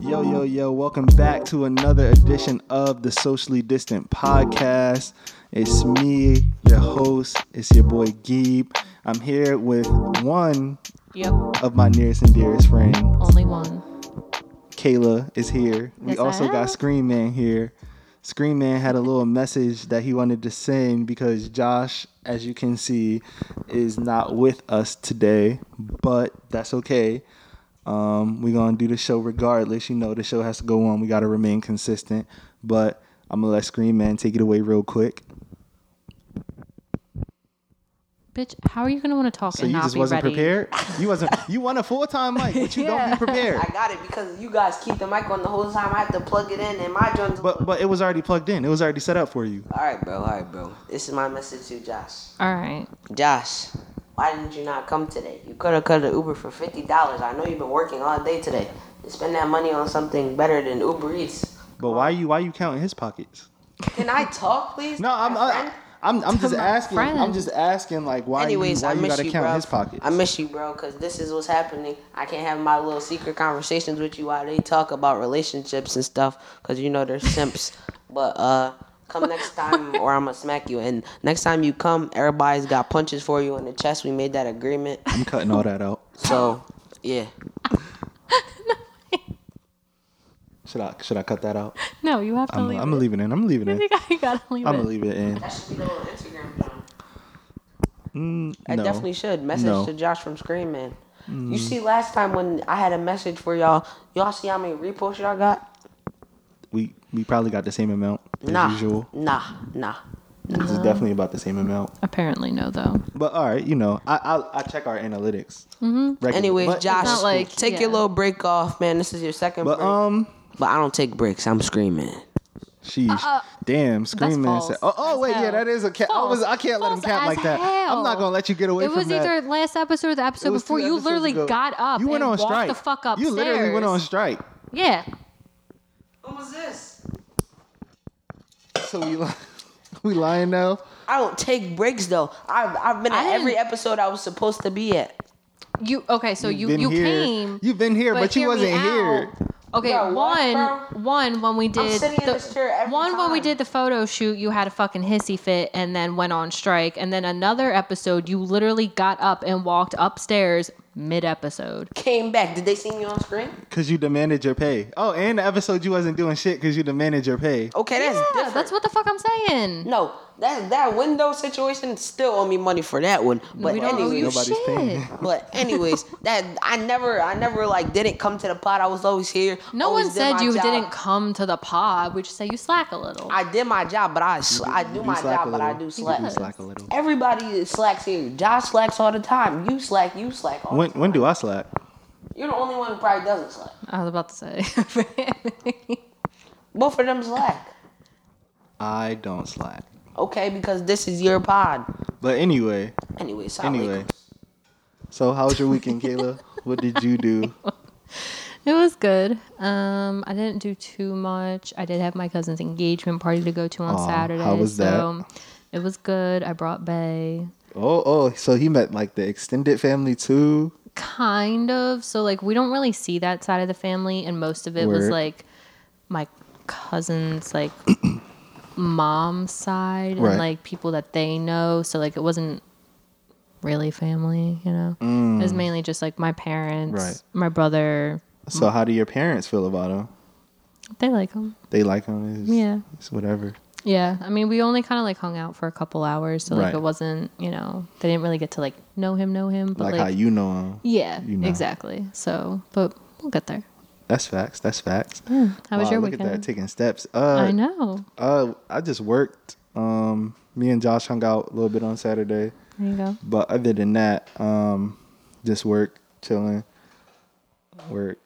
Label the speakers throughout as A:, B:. A: Yo, yo, yo, welcome back to another edition of the Socially Distant Podcast. It's me, your host. It's your boy Geeb. I'm here with one
B: Yep,
A: of my nearest and dearest friends.
B: only one.
A: Kayla is here. We
B: Yes, I
A: also got
B: am.
A: Scream Man here. Scream Man had a little message that he wanted to send because Josh, as you can see, is not with us today, but that's okay. Um, we're gonna do the show regardless. You know, the show has to go on. We gotta remain consistent. But I'm gonna let Scream Man take it away real quick.
B: Bitch, how are you gonna want to talk
A: So
B: and
A: you
B: not
A: just
B: be
A: wasn't
B: ready?
A: prepared. You wasn't. You won a full time mic, but you don't be prepared.
C: I got it because you guys keep the mic on the whole time. I have to plug it in, and my joint's.
A: But but it was already plugged in. It was already set up for you.
C: all right, bro. All right, bro. This is my message to Josh.
B: All right.
C: Josh, why didn't you not come today? You could have cut an Uber for fifty dollars. I know you've been working all day today. Spend that money on something better than Uber Eats.
A: But why you why you counting his pockets?
C: Can I talk, please?
A: No,
C: to
A: I'm
C: my
A: I,
C: friend?
A: I'm I'm just
B: my
A: asking. I'm
B: friend.
A: just asking like why
C: Anyways,
A: you, why
C: I
A: you
C: miss
A: gotta
C: you,
A: count
C: bro.
A: his pockets.
C: I miss you, bro, because this is what's happening. I can't have my little secret conversations with you while they talk about relationships and stuff, because you know they're simps. But uh, come next time, or I'm gonna smack you. And next time you come, everybody's got punches for you in the chest. We made that agreement.
A: I'm cutting all that out.
C: So, yeah.
A: Should I should I cut that out?
B: No, you have to
A: I'm
B: leave.
A: I'm leaving it. I'm leaving
B: it.
A: it.
B: you gotta leave
A: I'm
B: it.
A: gonna leave it in.
C: That should be the little Instagram John.
A: Mm,
C: I
A: no.
C: definitely should. Message
A: No. Mm.
C: to Josh from Scream Man. You see, last time when I had a message for y'all, y'all see how many reposts y'all got?
A: We we probably got the same amount as
C: Nah,
A: usual.
C: nah, nah.
A: This is definitely about the same amount.
B: Apparently, no, though.
A: But all right, you know, I I, I check our analytics. Mm-hmm.
C: Anyways, Josh,
B: not like-
C: take
B: yeah.
C: your little break off, man. This is your second
A: But
C: break.
A: um,
C: but I don't take breaks. I'm screaming.
A: sheesh, damn, Scream Man
B: false
A: said. Oh, oh
B: as
A: wait, yeah,
B: hell.
A: that is a cat. I was I can't let him
B: False
A: cap like
B: as
A: that. I'm not
B: hell.
A: gonna let you get away
B: It
A: from
B: was
A: that.
B: either last episode or the
A: It
B: episode
A: was
B: before.
A: two
B: You
A: episodes
B: literally
A: ago.
B: got up.
A: You went
B: and
A: on
B: walked
A: strike.
B: The fuck upstairs.
A: You literally went on strike.
B: Yeah.
C: What was this?
A: So we li- we lying now.
C: I don't take breaks though. I've, I've been
B: I
C: at every
B: didn't-
C: episode I was supposed to be at.
B: You okay? So you
A: been
B: you
A: here.
B: came.
A: You've been here, but you
B: hear me
A: wasn't
B: out.
A: here.
B: Okay,
C: Bro, what,
B: one
C: bro?
B: one when we did
C: sitting in
B: the,
C: this chair every
B: one when we
C: time.
B: did the photo shoot, you had a fucking hissy fit and then went on strike, and then another episode, you literally got up and walked upstairs mid episode.
C: Came back. Did they see me on screen?
A: Cause you demanded your pay. Oh, and the episode you wasn't doing shit because you demanded your pay.
C: Okay, that's
B: Yeah,
C: different.
B: that's what the fuck I'm saying.
C: No, that that window situation still owe me money for that one. But
B: we don't owe
C: anyways,
B: you
A: Nobody's
B: shit.
A: paying.
C: but anyways, that I never I never like didn't come to the pot. I was always here.
B: No
C: always
B: one
C: did
B: said
C: my
B: you
C: job.
B: didn't come to the pod. We just say you slack a little.
C: I did my job, but I sl- I
A: You
C: do my
A: slack a
C: job, but I
A: little.
C: do
A: You
C: slack.
A: slack a little.
C: Everybody slacks here. Josh slacks all the time. You slack. You slack. All
A: When
C: the time.
A: when do I slack?
C: You're the only one who probably doesn't slack.
B: I was about to say.
C: Both of them slack.
A: I don't slack.
C: Okay, because this is your pod.
A: But anyway,
C: Anyway, so
A: anyway. So how was your weekend, Kayla? What did you do?
B: It was good. Um, I didn't do too much. I did have my cousin's engagement party to go to on
A: Aw,
B: Saturday.
A: how was that?
B: So it was good. I brought Bay.
A: Oh oh, so he met like the extended family too.
B: Kind of. So like we don't really see that side of the family and most of it was
A: Word.
B: like my cousin's like mom's side
A: Right.
B: and like people that they know. So like it wasn't really family, you know. It was mainly just like my parents,
A: Mm. Right.
B: my brother.
A: So how do your parents feel about him?
B: They like him.
A: They like him. It's,
B: Yeah.
A: It's whatever.
B: Yeah, I mean, we only kind of like hung out for a couple hours, so like
A: Right.
B: it wasn't, you know, they didn't really get to like know him, know him, but
A: Like,
B: like,
A: how you know him.
B: yeah,
A: you know.
B: exactly. So, but we'll get there.
A: That's facts. That's facts.
B: How was
A: Wow,
B: your
A: look
B: weekend?
A: at that taking steps. Uh,
B: I know.
A: Uh, I just worked. Um, me and Josh hung out a little bit on Saturday,
B: There you go.
A: but other than that, um, just work, chilling, work,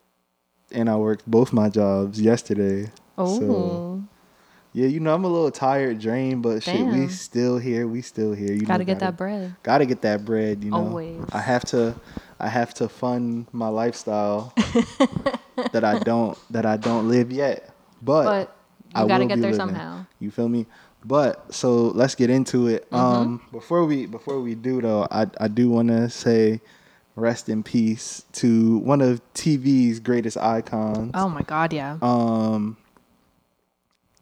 A: and I worked both my jobs yesterday.
B: Oh,
A: So, yeah, you know I'm a little tired, drained, but shit, we
B: Damn.
A: still here. We still here. You know,
B: gotta get that bread.
A: Gotta get that bread. You know,
B: Always.
A: I have to. I have to fund my lifestyle that I don't that I don't live yet.
B: But you
A: I
B: gotta
A: will
B: get
A: be
B: there
A: living.
B: somehow. Mm-hmm.
A: You feel me? But so let's get into it. Um, before we before we do though, I I do want to say Rest in peace to one of TV's greatest icons.
B: Oh my God, yeah.
A: Um,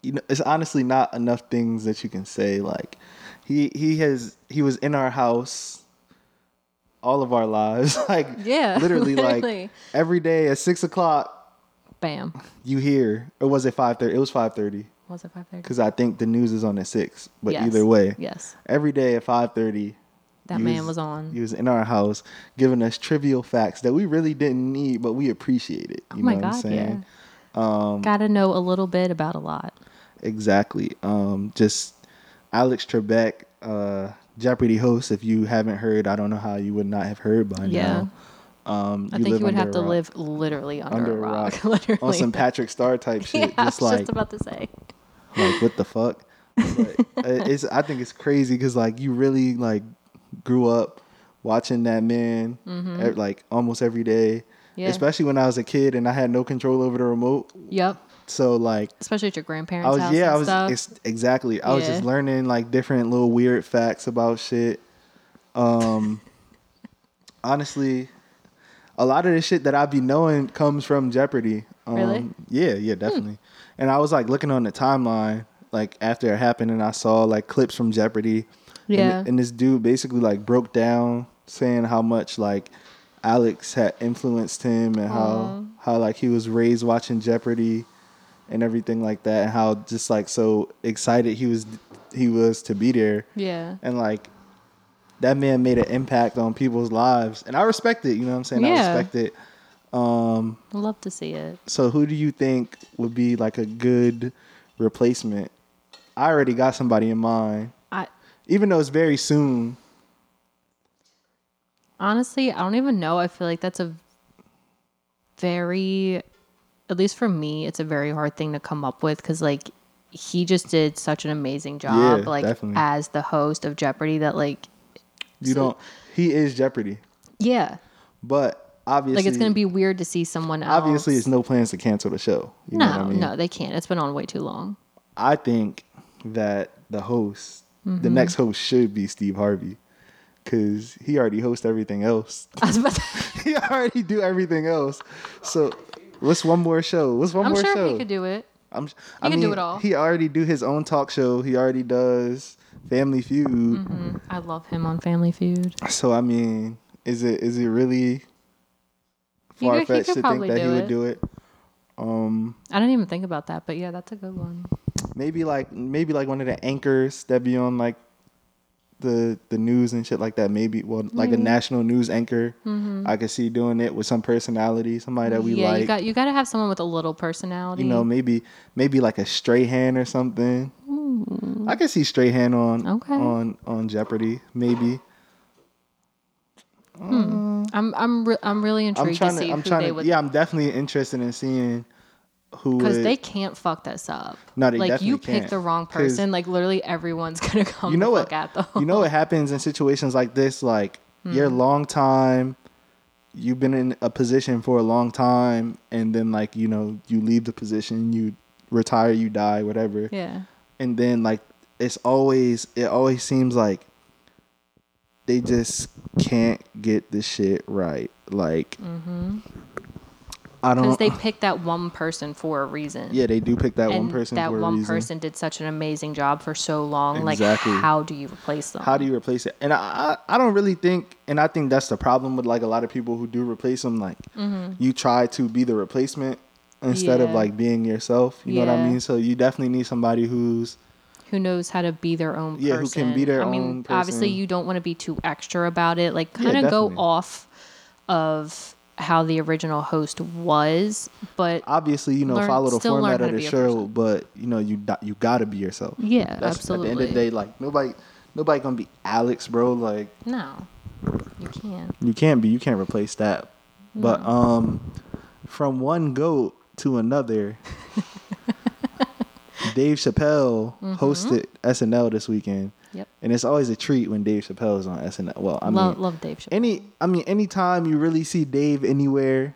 A: you know, it's honestly not enough things that you can say. Like he he has he was in our house all of our lives. like
B: Yeah,
A: literally, like
B: literally.
A: every day at six o'clock
B: Bam.
A: you hear or was it five thirty? It was five thirty
B: Was it five thirty?
A: because I think the news is on at six. But
B: Yes.
A: either way,
B: Yes.
A: every day at five thirty.
B: That
A: he
B: man was on.
A: He was in our house giving us trivial facts that we really didn't need, but we appreciate it. You
B: oh my
A: know
B: God,
A: what I'm saying?
B: yeah.
A: um,
B: Gotta know a little bit about a lot.
A: Exactly. Um, just Alex Trebek, uh, Jeopardy host. If you haven't heard, I don't know how you would not have heard by
B: Yeah.
A: now. Um,
B: I think you would
A: under
B: have
A: a
B: to
A: rock-
B: live literally under,
A: under
B: a rock. literally.
A: on some Patrick Star type shit.
B: yeah, I was
A: just like,
B: just about to say.
A: like what the fuck. But uh, it's I think it's crazy because like you really like grew up watching that man ev- like almost every day.
B: Mm-hmm. Yeah.
A: Especially when I was a kid and I had no control over the remote.
B: Yep.
A: So like
B: Especially at your
A: I
B: grandparents'
A: was
B: house.
A: yeah,
B: and
A: I was
B: stuff.
A: ex- exactly. I was just
B: Yeah.
A: learning like different little weird facts about shit. Um honestly, a lot of the shit that I be knowing comes from Jeopardy. Um,
B: Really? Hmm.
A: Yeah, yeah, definitely. And I was like looking on the timeline like after it happened and I saw like clips from Jeopardy. And-
B: Yeah.
A: And, this dude basically like broke down saying how much like Alex had influenced him and how how like he was raised watching Jeopardy and everything like that and how just like so excited he was he was to be there
B: yeah.
A: and like that man made an impact on people's lives and I respect it, you know what I'm saying? I
B: Yeah.
A: respect it.
B: Love to see it.
A: So who do you think would be like a good replacement? I already got somebody in mind.
B: I
A: Even though it's very soon,
B: honestly, I don't even know. I feel like that's a very, at least for me, it's a very hard thing to come up with because like he just did such an amazing job,
A: Yeah,
B: like
A: definitely.
B: as the host of Jeopardy. That like,
A: you
B: So-
A: don't he is Jeopardy.
B: yeah,
A: But obviously
B: like it's gonna be weird to see someone else.
A: obviously it's no plans to cancel the show. You
B: no,
A: know what I mean?
B: no, they can't. It's been on way too long.
A: I think that the host,
B: Mm-hmm.
A: the next host, should be Steve Harvey, because he already hosts everything else.
B: I was about to-
A: he already do everything else. So, what's one more show? What's one
B: I'm
A: more
B: sure
A: show?
B: he could do it.
A: I'm, he
B: he could do it all.
A: He already do his own talk show. He already does Family Feud.
B: Mm-hmm. I love him on Family Feud.
A: So I mean, is it is it really
B: He could-
A: far
B: he
A: fetched
B: could
A: to think
B: probably
A: that he
B: do
A: would
B: it.
A: do it?
B: I didn't even think about that, but yeah, that's a good one.
A: maybe like maybe like one of the anchors that be on like the the news and shit like that maybe well like a
B: Mm-hmm.
A: national news anchor i could see doing it with some personality somebody that we
B: yeah,
A: like
B: you
A: you,
B: got you got to have someone with a little personality.
A: know maybe maybe like a strahan or something i could see strahan on
B: Mm. Okay.
A: on on jeopardy maybe
B: I'm I'm re- I'm really
A: i'm
B: intrigued to
A: trying to,
B: see
A: i'm
B: who
A: trying
B: they
A: to
B: would
A: yeah i'm definitely interested in seeing who
B: because
A: would-
B: they can't fuck this up.
A: No, they
B: like
A: definitely
B: you pick
A: can't,
B: the wrong
A: 'cause-
B: person, like literally everyone's gonna come.
A: you know
B: the
A: what
B: Fuck Hmm. at them.
A: you know what happens in situations like this like you're long time you've been in a position for a long time and then like you know you leave the position you retire you die whatever
B: yeah,
A: and then like it's always it always seems like they just can't get the shit right like i
B: because
A: don't
B: Mm-hmm. they picked that one person for a reason.
A: yeah they do pick that
B: and
A: one person
B: that
A: for a
B: one
A: reason.
B: person did such an amazing job for so long.
A: Exactly.
B: Like, how do you replace them?
A: how do you replace it? And I, I, I don't really think, and I think that's the problem with like a lot of people who do replace them. Like you try to be the replacement instead of
B: Mm-hmm. Yeah.
A: like being yourself. You know what I
B: Yeah.
A: mean? So you definitely need somebody who's
B: who knows how to be their own
A: Yeah, who
B: person.
A: can be their
B: I mean,
A: own
B: obviously
A: person.
B: you don't want to be too extra about it. Like kind of go
A: definitely.
B: off of how the original host was, but
A: obviously you know
B: Learn-
A: follow the
B: still learn
A: format
B: how
A: of
B: to
A: the
B: be a
A: show, but you know you do- you gotta be yourself.
B: Yeah,
A: At the end of the
B: absolutely.
A: day, like nobody nobody gonna be Alex, bro. Like
B: no. You can't.
A: you can't be you can't replace that. But
B: Mm.
A: um, from one goat to another. Dave Chappelle hosted SNL this weekend.
B: Mm-hmm. Yep.
A: And it's always a treat when Dave Chappelle is on SNL. Well, I
B: love
A: mean,
B: love Dave Chappelle.
A: any, I mean, anytime you really see Dave anywhere,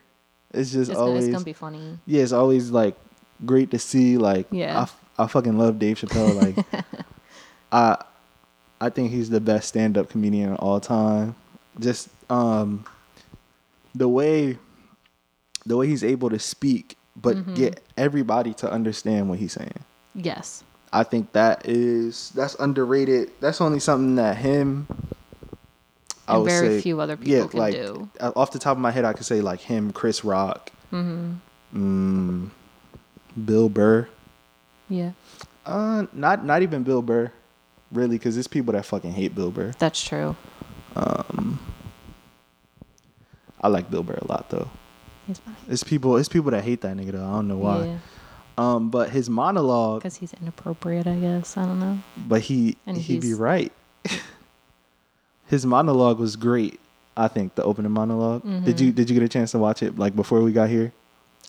A: it's just
B: It's, gonna-
A: always,
B: it's gonna be funny.
A: yeah, it's always like great to see. Like,
B: Yeah.
A: I, f- I fucking love Dave Chappelle. Like, I, I think he's the best stand-up comedian of all time. Just, um, the way the way he's able to speak but get everybody to understand what he's saying.
B: Yes.
A: I think that is that's underrated. That's only something that him. I
B: And
A: would
B: very
A: say-
B: few other people can
A: like,
B: do.
A: uh, Off the top of my head, I could say like him, Chris Rock,
B: Mm-hmm.
A: mm, Bill Burr.
B: Yeah.
A: Uh, not not even Bill Burr, really, because it's people that fucking hate Bill Burr.
B: That's true.
A: I like Bill Burr a lot though.
B: He's fine.
A: It's people it's people that hate that nigga though. I don't know why.
B: Yeah.
A: Um, but his monologue,
B: Because he's inappropriate, I guess. I don't know.
A: but he
B: And
A: he'd be
B: he's-
A: right. his monologue was great. I think the opening monolog Did
B: Mm-hmm.
A: you did you get a chance to watch it like before we got here?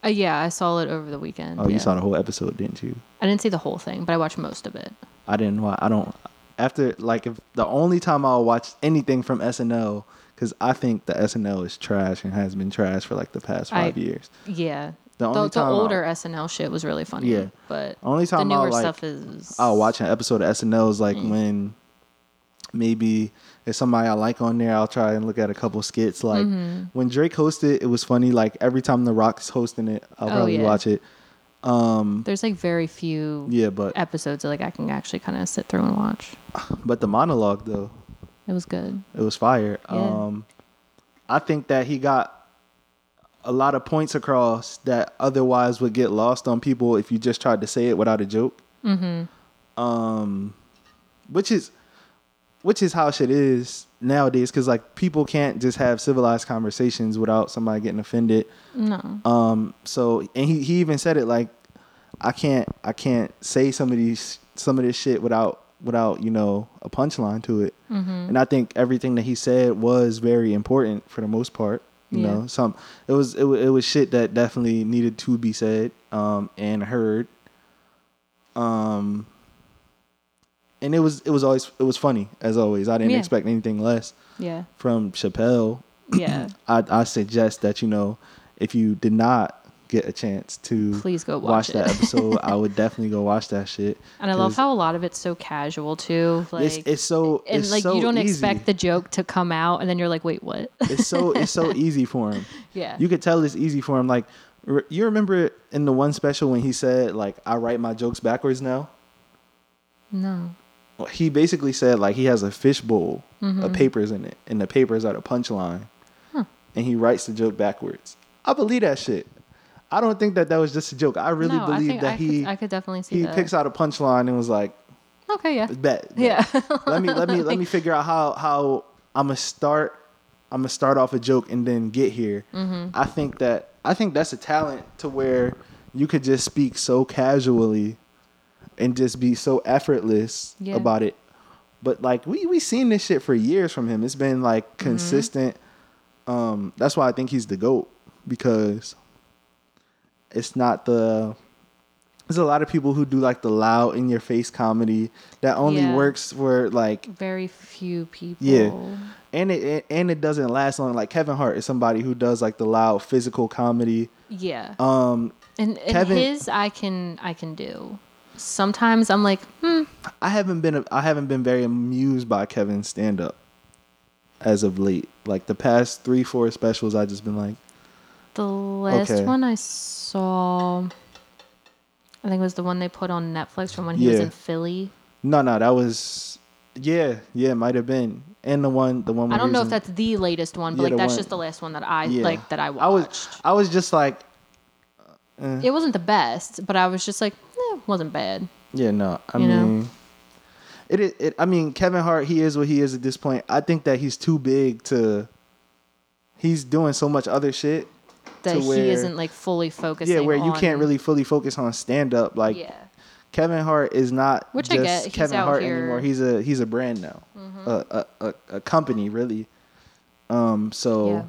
B: Uh, yeah, I saw it over the weekend.
A: Oh,
B: yeah.
A: you saw the whole episode, didn't you?
B: I didn't see the whole thing, but I watched most of it.
A: I didn't watch. I don't. After like, if the only time I'll watch anything from SNL because I think the SNL is trash and has been trash for like the past
B: I-
A: five years.
B: Yeah.
A: The only time I-
B: older SNL shit was really funny.
A: Yeah.
B: But
A: Only time
B: the
A: I,
B: newer
A: like- um,
B: stuff is.
A: I'll watch an episode of SNL is
B: Mm.
A: like when maybe there's somebody I like on there. I'll try and look at a couple skits. Like
B: Mm-hmm.
A: when Drake hosted, it was funny. Like every time The Rock's hosting it, I'll
B: Oh,
A: probably
B: yeah.
A: watch it.
B: There's like very few
A: um, Yeah, but
B: episodes that like I can actually kind of sit through and watch.
A: but the monologue though,
B: It was good.
A: it was fire.
B: Yeah.
A: Um, I think that he got a lot of points across that otherwise would get lost on people if you just tried to say it without a joke. Mm-hmm. Um, which is which is how shit is nowadays because like people can't just have civilized conversations without somebody getting offended
B: No.
A: so and he, he even said it like i can't i can't say some of these some of this shit without without you know a punchline to it
B: Mm-hmm.
A: and i think everything that he said was very important for the most part you
B: Yeah.
A: know some it was it, wa- it was shit that definitely needed to be said um and heard um and it was it was always it was funny as always i didn't
B: Yeah.
A: expect anything less
B: yeah.
A: from chappelle
B: Yeah.
A: I, I suggest that you know if you did not get a chance to
B: Please go watch it.
A: that episode, I would definitely go watch that shit.
B: And I love
A: 'cause
B: how a lot of it's so casual too. Like
A: it's, it's so
B: and
A: it's
B: like
A: so
B: you don't
A: easy.
B: expect the joke to come out and then you're like, wait, what?
A: it's so it's so easy for him.
B: Yeah.
A: you could tell it's easy for him. Like re- you remember in the one special when he said like I write my jokes backwards now.
B: no.
A: Well, He basically said like he has a fishbowl of
B: Mm-hmm.
A: papers in it, and the papers are the punchline, and he writes the joke backwards. I believe that shit. I don't think that that was just a joke. I really
B: no, I
A: believe
B: think
A: that
B: I,
A: he
B: could, I could definitely see
A: he
B: that.
A: picks out a punchline and was like,
B: okay, yeah.
A: "Bet, bet.
B: Yeah.
A: let me let me let me figure out how how I'm gonna start. I'm gonna start off a joke and then get here.
B: Mm-hmm.
A: I think that I think that's a talent to where you could just speak so casually and just be so effortless
B: Yeah.
A: about it. But like we we seen this shit for years from him. It's been like
B: Mm-hmm.
A: consistent. Um, that's why I think he's the goat because it's not the there's a lot of people who do like the loud in your face comedy that only
B: Yeah.
A: works for like
B: Very few people.
A: yeah and it- it and it doesn't last long like kevin hart is somebody who does like the loud physical comedy
B: Yeah.
A: um
B: and and
A: Kevin-
B: his I can I can do. Sometimes I'm like, hmm,
A: i haven't been a- i haven't been very amused by kevin's stand-up as of late like the past three four specials i just been like
B: the last
A: Okay.
B: one I saw I think it was the one they put on Netflix from when he was
A: Yeah.
B: in Philly.
A: no no that was yeah yeah it might have been and the one the one
B: I
A: where
B: don't
A: he
B: know
A: was in-
B: if that's the latest one, but
A: Yeah,
B: like
A: the
B: that's
A: one-
B: just the last one that I
A: yeah.
B: like that I watched.
A: i was uh i was just like
B: it wasn't the best, but I was just like, eh, wasn't bad.
A: Yeah, no. I
B: You know?
A: mean, it, is- it. I mean, Kevin Hart. He is what he is at this point. I think that he's too big to. He's doing so much other shit.
B: That
A: where-
B: he isn't like fully focusing.
A: Yeah, where you
B: on-
A: can't really fully focus on stand up. Like
B: Yeah,
A: Kevin Hart is not
B: Which I
A: just
B: get, he's
A: Kevin
B: out
A: Hart
B: here- Mm-hmm.
A: anymore. He's a he's a brand now, a, a, a a company really. Um, so
B: Yeah.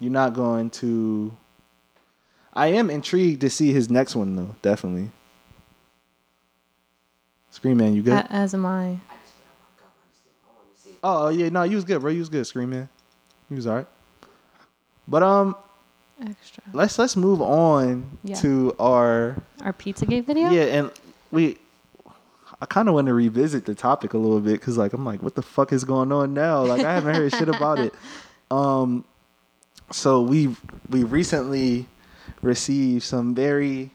A: you're not going to. I am intrigued to see his next one though. Definitely. Scream man, you good?
B: A- as am I.
A: Oh yeah, no, you was good, bro. You was good, Scream Man. You was alright. But um,
B: Extra.
A: let's let's move on
B: Yeah.
A: to our
B: Our Pizzagate video.
A: yeah, and we. I kind of want to revisit the topic a little bit because like I'm like, what the fuck is going on now? Like I haven't heard shit about it. Um, so we we recently received some very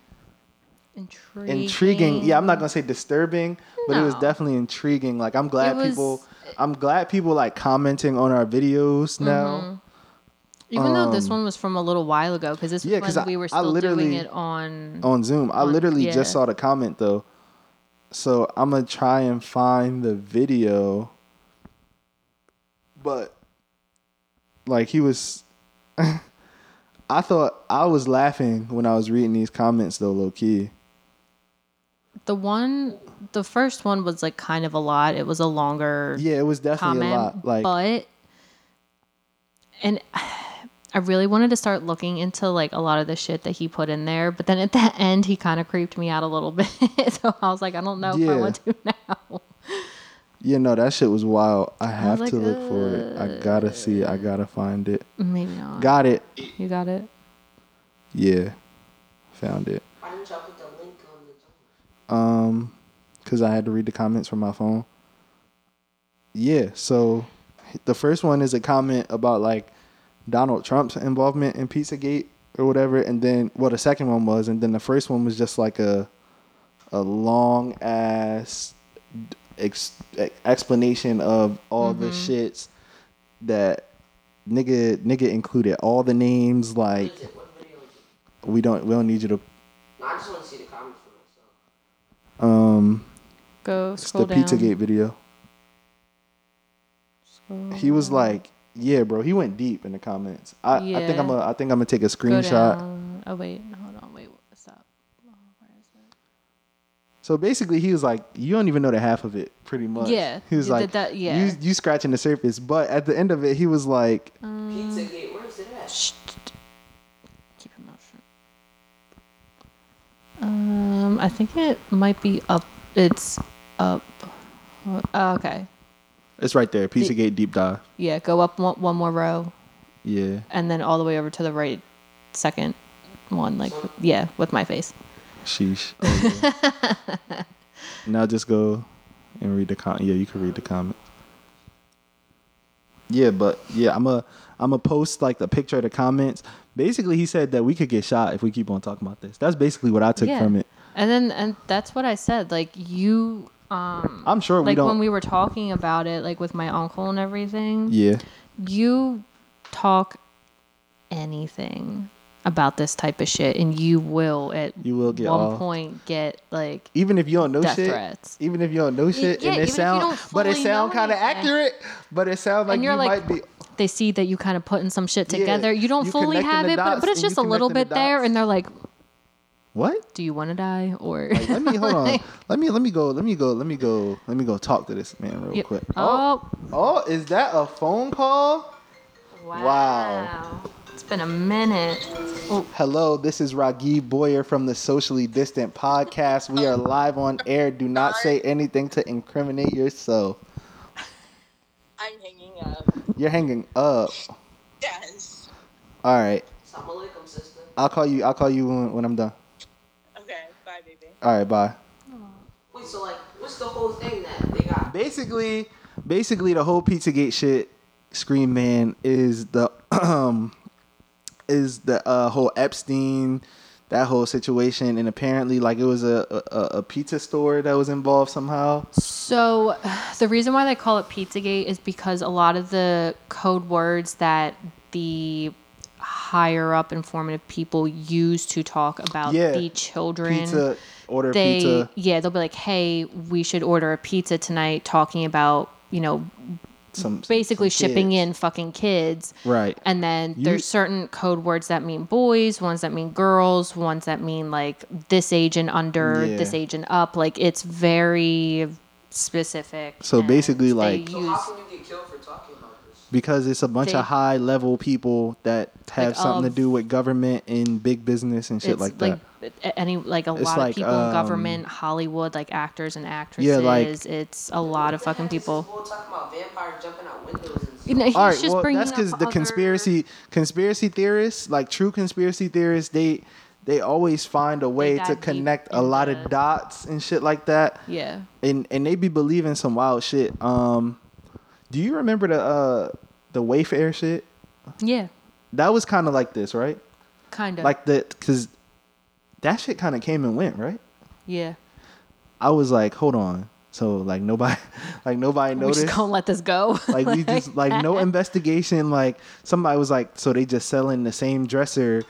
B: Intriguing.
A: intriguing. Yeah, I'm not gonna say disturbing, but it was
B: No.
A: definitely intriguing. Like I'm glad
B: It was-
A: people, I'm glad people like commenting on our
B: Mm-hmm.
A: videos now.
B: Even though this one was from a little while ago, because this
A: um, yeah,
B: was
A: 'cause
B: when
A: I-
B: we were
A: I
B: still doing
A: literally- Oh.
B: it on.
A: on Zoom. I
B: On-
A: literally
B: yeah.
A: just saw the comment though. So I'm gonna try and find the video. But like he was I thought I was laughing when I was reading these comments though, low key.
B: The one, the first one was like kind of a lot. It was a longer
A: Yeah, it was definitely
B: comment,
A: a lot. Like
B: but and I really wanted to start looking into like a lot of the shit that he put in there, but then at the end he kind of creeped me out a little bit, so I was like, I don't know if
A: Yeah.
B: I want to now.
A: you know, that shit was wild. I have
B: like,
A: to look for it. I gotta see it. I gotta find it.
B: Maybe not.
A: Got it.
B: you got it.
A: Yeah. Found it.
C: Why didn't y'all put the link on the
A: um because i had to read the comments from my phone yeah so the first one is a comment about like donald trump's involvement in pizzagate or whatever and then well the second one was and then the first one was just like a a long ass ex- e- explanation of all the
C: Mm-hmm.
A: shits that nigga nigga included all the names like
C: Is it? What video is it?
A: we don't we don't need you to
C: No, I just want to see the comments for myself.
A: um
B: Go
A: it's
B: scroll
A: the
B: down.
A: pizzagate video he was like, "Yeah, bro." He went deep in the comments. I, I think
B: Yeah.
A: I'm a, I think I'm gonna take a
B: Go
A: screenshot.
B: down. Oh wait, hold on, wait, stop.
A: So basically, he was like, "You don't even know the half of it, pretty much."
B: Yeah,
A: He was
B: th-
A: like,
B: that- yeah.
A: you you scratching the surface." But at the end of it, he was like,
B: Uh.
C: Pizza Gate, where is it at?
B: Keep him out. Um, I think it might be up. It's up. Oh, okay.
A: "It's right there, Pizzagate deep dive."
B: Yeah, go up one, one more row
A: Yeah,
B: and then all the way over to the right second one. Like, yeah, with my face.
A: sheesh. Oh, yeah. now just go and read the comment. Yeah, you can read the comment. Yeah, but yeah, I'm a I'm a post like the picture of the comments. Basically, he said that we could get shot if we keep on talking about this. That's basically what I took
B: yeah.
A: from it.
B: And then, and that's what I said. Like, you, um,
A: I'm sure we
B: like
A: don't.
B: when we were talking about it, like with my uncle and everything,
A: yeah,
B: you talk anything about this type of shit and you will at
A: You will get
B: one
A: all-
B: point get like
A: even if you don't know
B: Death
A: shit,
B: threats.
A: even if you don't know shit,
B: yeah,
A: and
B: even if
A: it
B: you
A: sound,
B: don't
A: but it
B: fully
A: sound
B: know
A: kind of
B: anything.
A: accurate, but it sound like
B: and
A: you
B: you're
A: might
B: like
A: be.
B: they see that you kind of putting some shit
A: Yeah,
B: together you don't
A: you
B: fully
A: connecting
B: have
A: the
B: it but,
A: dots
B: but it's
A: and you
B: just a little
A: connecting
B: bit
A: the
B: there
A: dots.
B: and they're like
A: What?
B: do you want to die or
A: Let me hold on. Let me let me go. Let me go. Let me go. Let me go talk to this man real
B: Yep.
A: quick.
B: oh,
A: Oh, is that a phone call?
B: wow.
A: Wow.
B: it's been a minute
A: Hello, this is Raghib Boyer from the Socially Distant Podcast. We are live on air. Do not say anything to incriminate yourself.
D: I'm hanging up.
A: You're hanging up.
D: Yes.
A: All right.
C: Assalamu alaikum, sister.
A: I'll call you. I'll call you when, when I'm done.
D: Okay. Bye, baby.
A: All right. Bye.
C: Wait, so like, what's the whole thing that they got?
A: basically basically the whole pizzagate shit scream man is the um is the uh, whole epstein that whole situation and apparently like it was a, a a pizza store that was involved somehow
B: So, the reason why they call it Pizzagate is because a lot of the code words that the higher up informative people use to talk about
A: Yeah.
B: the children.
A: pizza order
B: they
A: pizza
B: yeah, they'll be like, "Hey, we should order a pizza tonight," talking about you know
A: some
B: basically
A: some
B: shipping
A: kids.
B: in fucking kids.
A: Right.
B: And then there's certain code words that mean boys, ones that mean girls, ones that mean like this age and under,
A: Yeah.
B: this age and up. Like it's very specific.
A: So
B: and
A: basically,
B: they
A: like-
C: So
B: use
C: how can you get killed for talking about this?
A: because it's a bunch
B: they-
A: of high level people that have
B: Like,
A: something
B: of-
A: to do with government and big business and shit
B: it's
A: like that
B: a- any like a lot
A: like,
B: of people in government,
A: um,
B: Hollywood, like actors and actresses.
A: Yeah, like-
B: it's a lot of fucking people.
C: People talking about vampires jumping out windows and
B: You know, he's
A: All right,
B: just
A: well,
B: bringing
A: that's because
B: up
A: the
B: other-
A: conspiracy conspiracy theorists, like true conspiracy theorists, they they always find a way
B: dive
A: to
B: deep
A: connect a lot of
B: into-
A: dots and shit like that,
B: Yeah.
A: and and they be believing some wild shit. Um, do you remember the uh the Wayfair shit?
B: Yeah.
A: That was kind of like this, right?
B: Kind of.
A: Like the because that shit kind of came and went, right?
B: yeah.
A: I was like, hold on. So like nobody, like nobody
B: We
A: noticed.
B: just gonna let this go.
A: like we just like no investigation. Like somebody was like, so they just selling the same dresser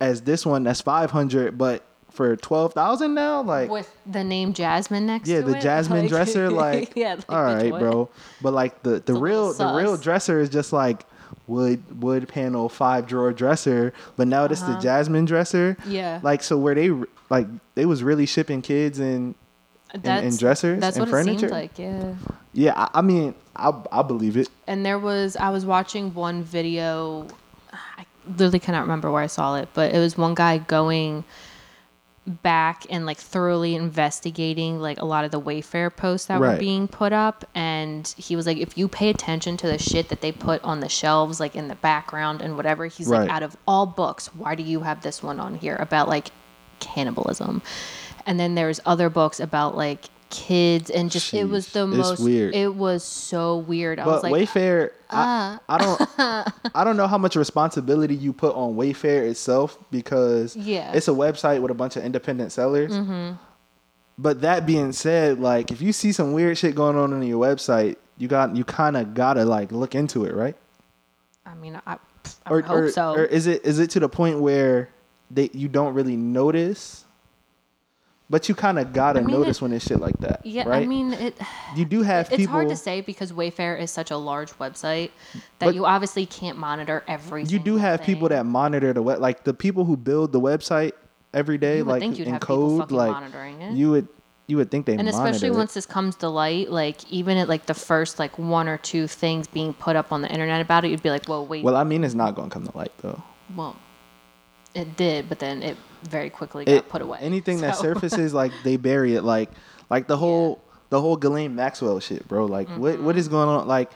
A: as this one that's five hundred, but for twelve thousand now. Like
B: with the name Jasmine next
A: yeah,
B: to
A: the
B: it,
A: jasmine
B: like-
A: dresser. Like
B: yeah, like,
A: all
B: bitch,
A: right,
B: what?
A: bro. But like the the
B: a little
A: real the real
B: sus.
A: dresser is just like wood wood panel five drawer dresser. But now this the jasmine dresser.
B: Uh-huh. Yeah.
A: Like so where they re- like they was really shipping kids and
B: That's,
A: dressers
B: That's
A: and
B: what it
A: furniture?
B: seemed like. Yeah.
A: yeah. I, I mean I I believe it.
B: and there was I was watching one video. I literally cannot remember where I saw it, but it was one guy going back and like thoroughly investigating like a lot of the Wayfair posts that
A: Right.
B: were being put up and he was like if you pay attention to the shit that they put on the shelves like in the background and whatever he's
A: Right.
B: like out of all books why do you have this one on here about like cannibalism and then there's other books about like kids and just it was
A: Jeez,
B: the
A: it's
B: most
A: weird.
B: it was so weird I
A: But
B: was like uh.
A: Wayfair, I, I don't, I don't know how much responsibility you put on Wayfair itself because
B: Yeah. Mm-hmm.
A: it's a website with a bunch of independent sellers. But that being said, like if you see some weird shit going on on your website, you got you kind of gotta like look into it, right?
B: I mean, I, I
A: Or
B: would hope
A: or,
B: so.
A: or is it is it to the point where they you don't really notice, but you kind of gotta
B: mean,
A: notice
B: it-
A: when it's shit like that,
B: yeah,
A: right?
B: I mean, it,
A: you do have
B: it's
A: people.
B: hard to say because Wayfair is such a large website that
A: But-
B: you obviously can't monitor every.
A: you do have people that monitor the web, like the people who build the website every day,
B: You would
A: like
B: think you'd
A: in
B: have people
A: code,
B: fucking
A: like
B: monitoring it.
A: you would, you would think they
B: and especially
A: monitor it.
B: once this comes to light, like even at like the first like one or two things being put up on the internet about it, you'd be like, "Whoa, wait,
A: Well, I mean, it's not going to come to light though.
B: well, it did," but then it very quickly
A: It
B: got put away.
A: Anything that
B: So-
A: surfaces, like they bury it, like, like the whole, the whole Ghislaine Maxwell shit, bro. Like, what, what
B: Mm-hmm.
A: is going on? Like,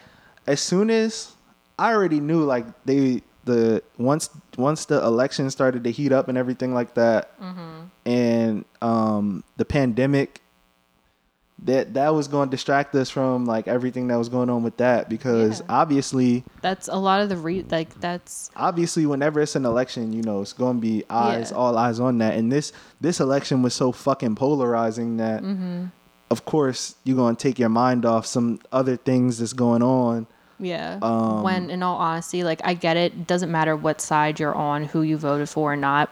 A: as soon as I already knew, like they, the once, once the election started to heat up and everything like that,
B: Mm-hmm.
A: and um, the pandemic that that was going to distract us from like everything that was going on with that because
B: Yeah.
A: obviously
B: that's a lot of the re like that's
A: obviously whenever it's an election you know it's going to be eyes
B: Yeah.
A: all eyes on that and this this election was so fucking polarizing that
B: Mm-hmm.
A: of course you're going to take your mind off some other things that's going on
B: Yeah.
A: Um,
B: when, in all honesty, like I get it. Doesn't matter what side you're on, who you voted for or not.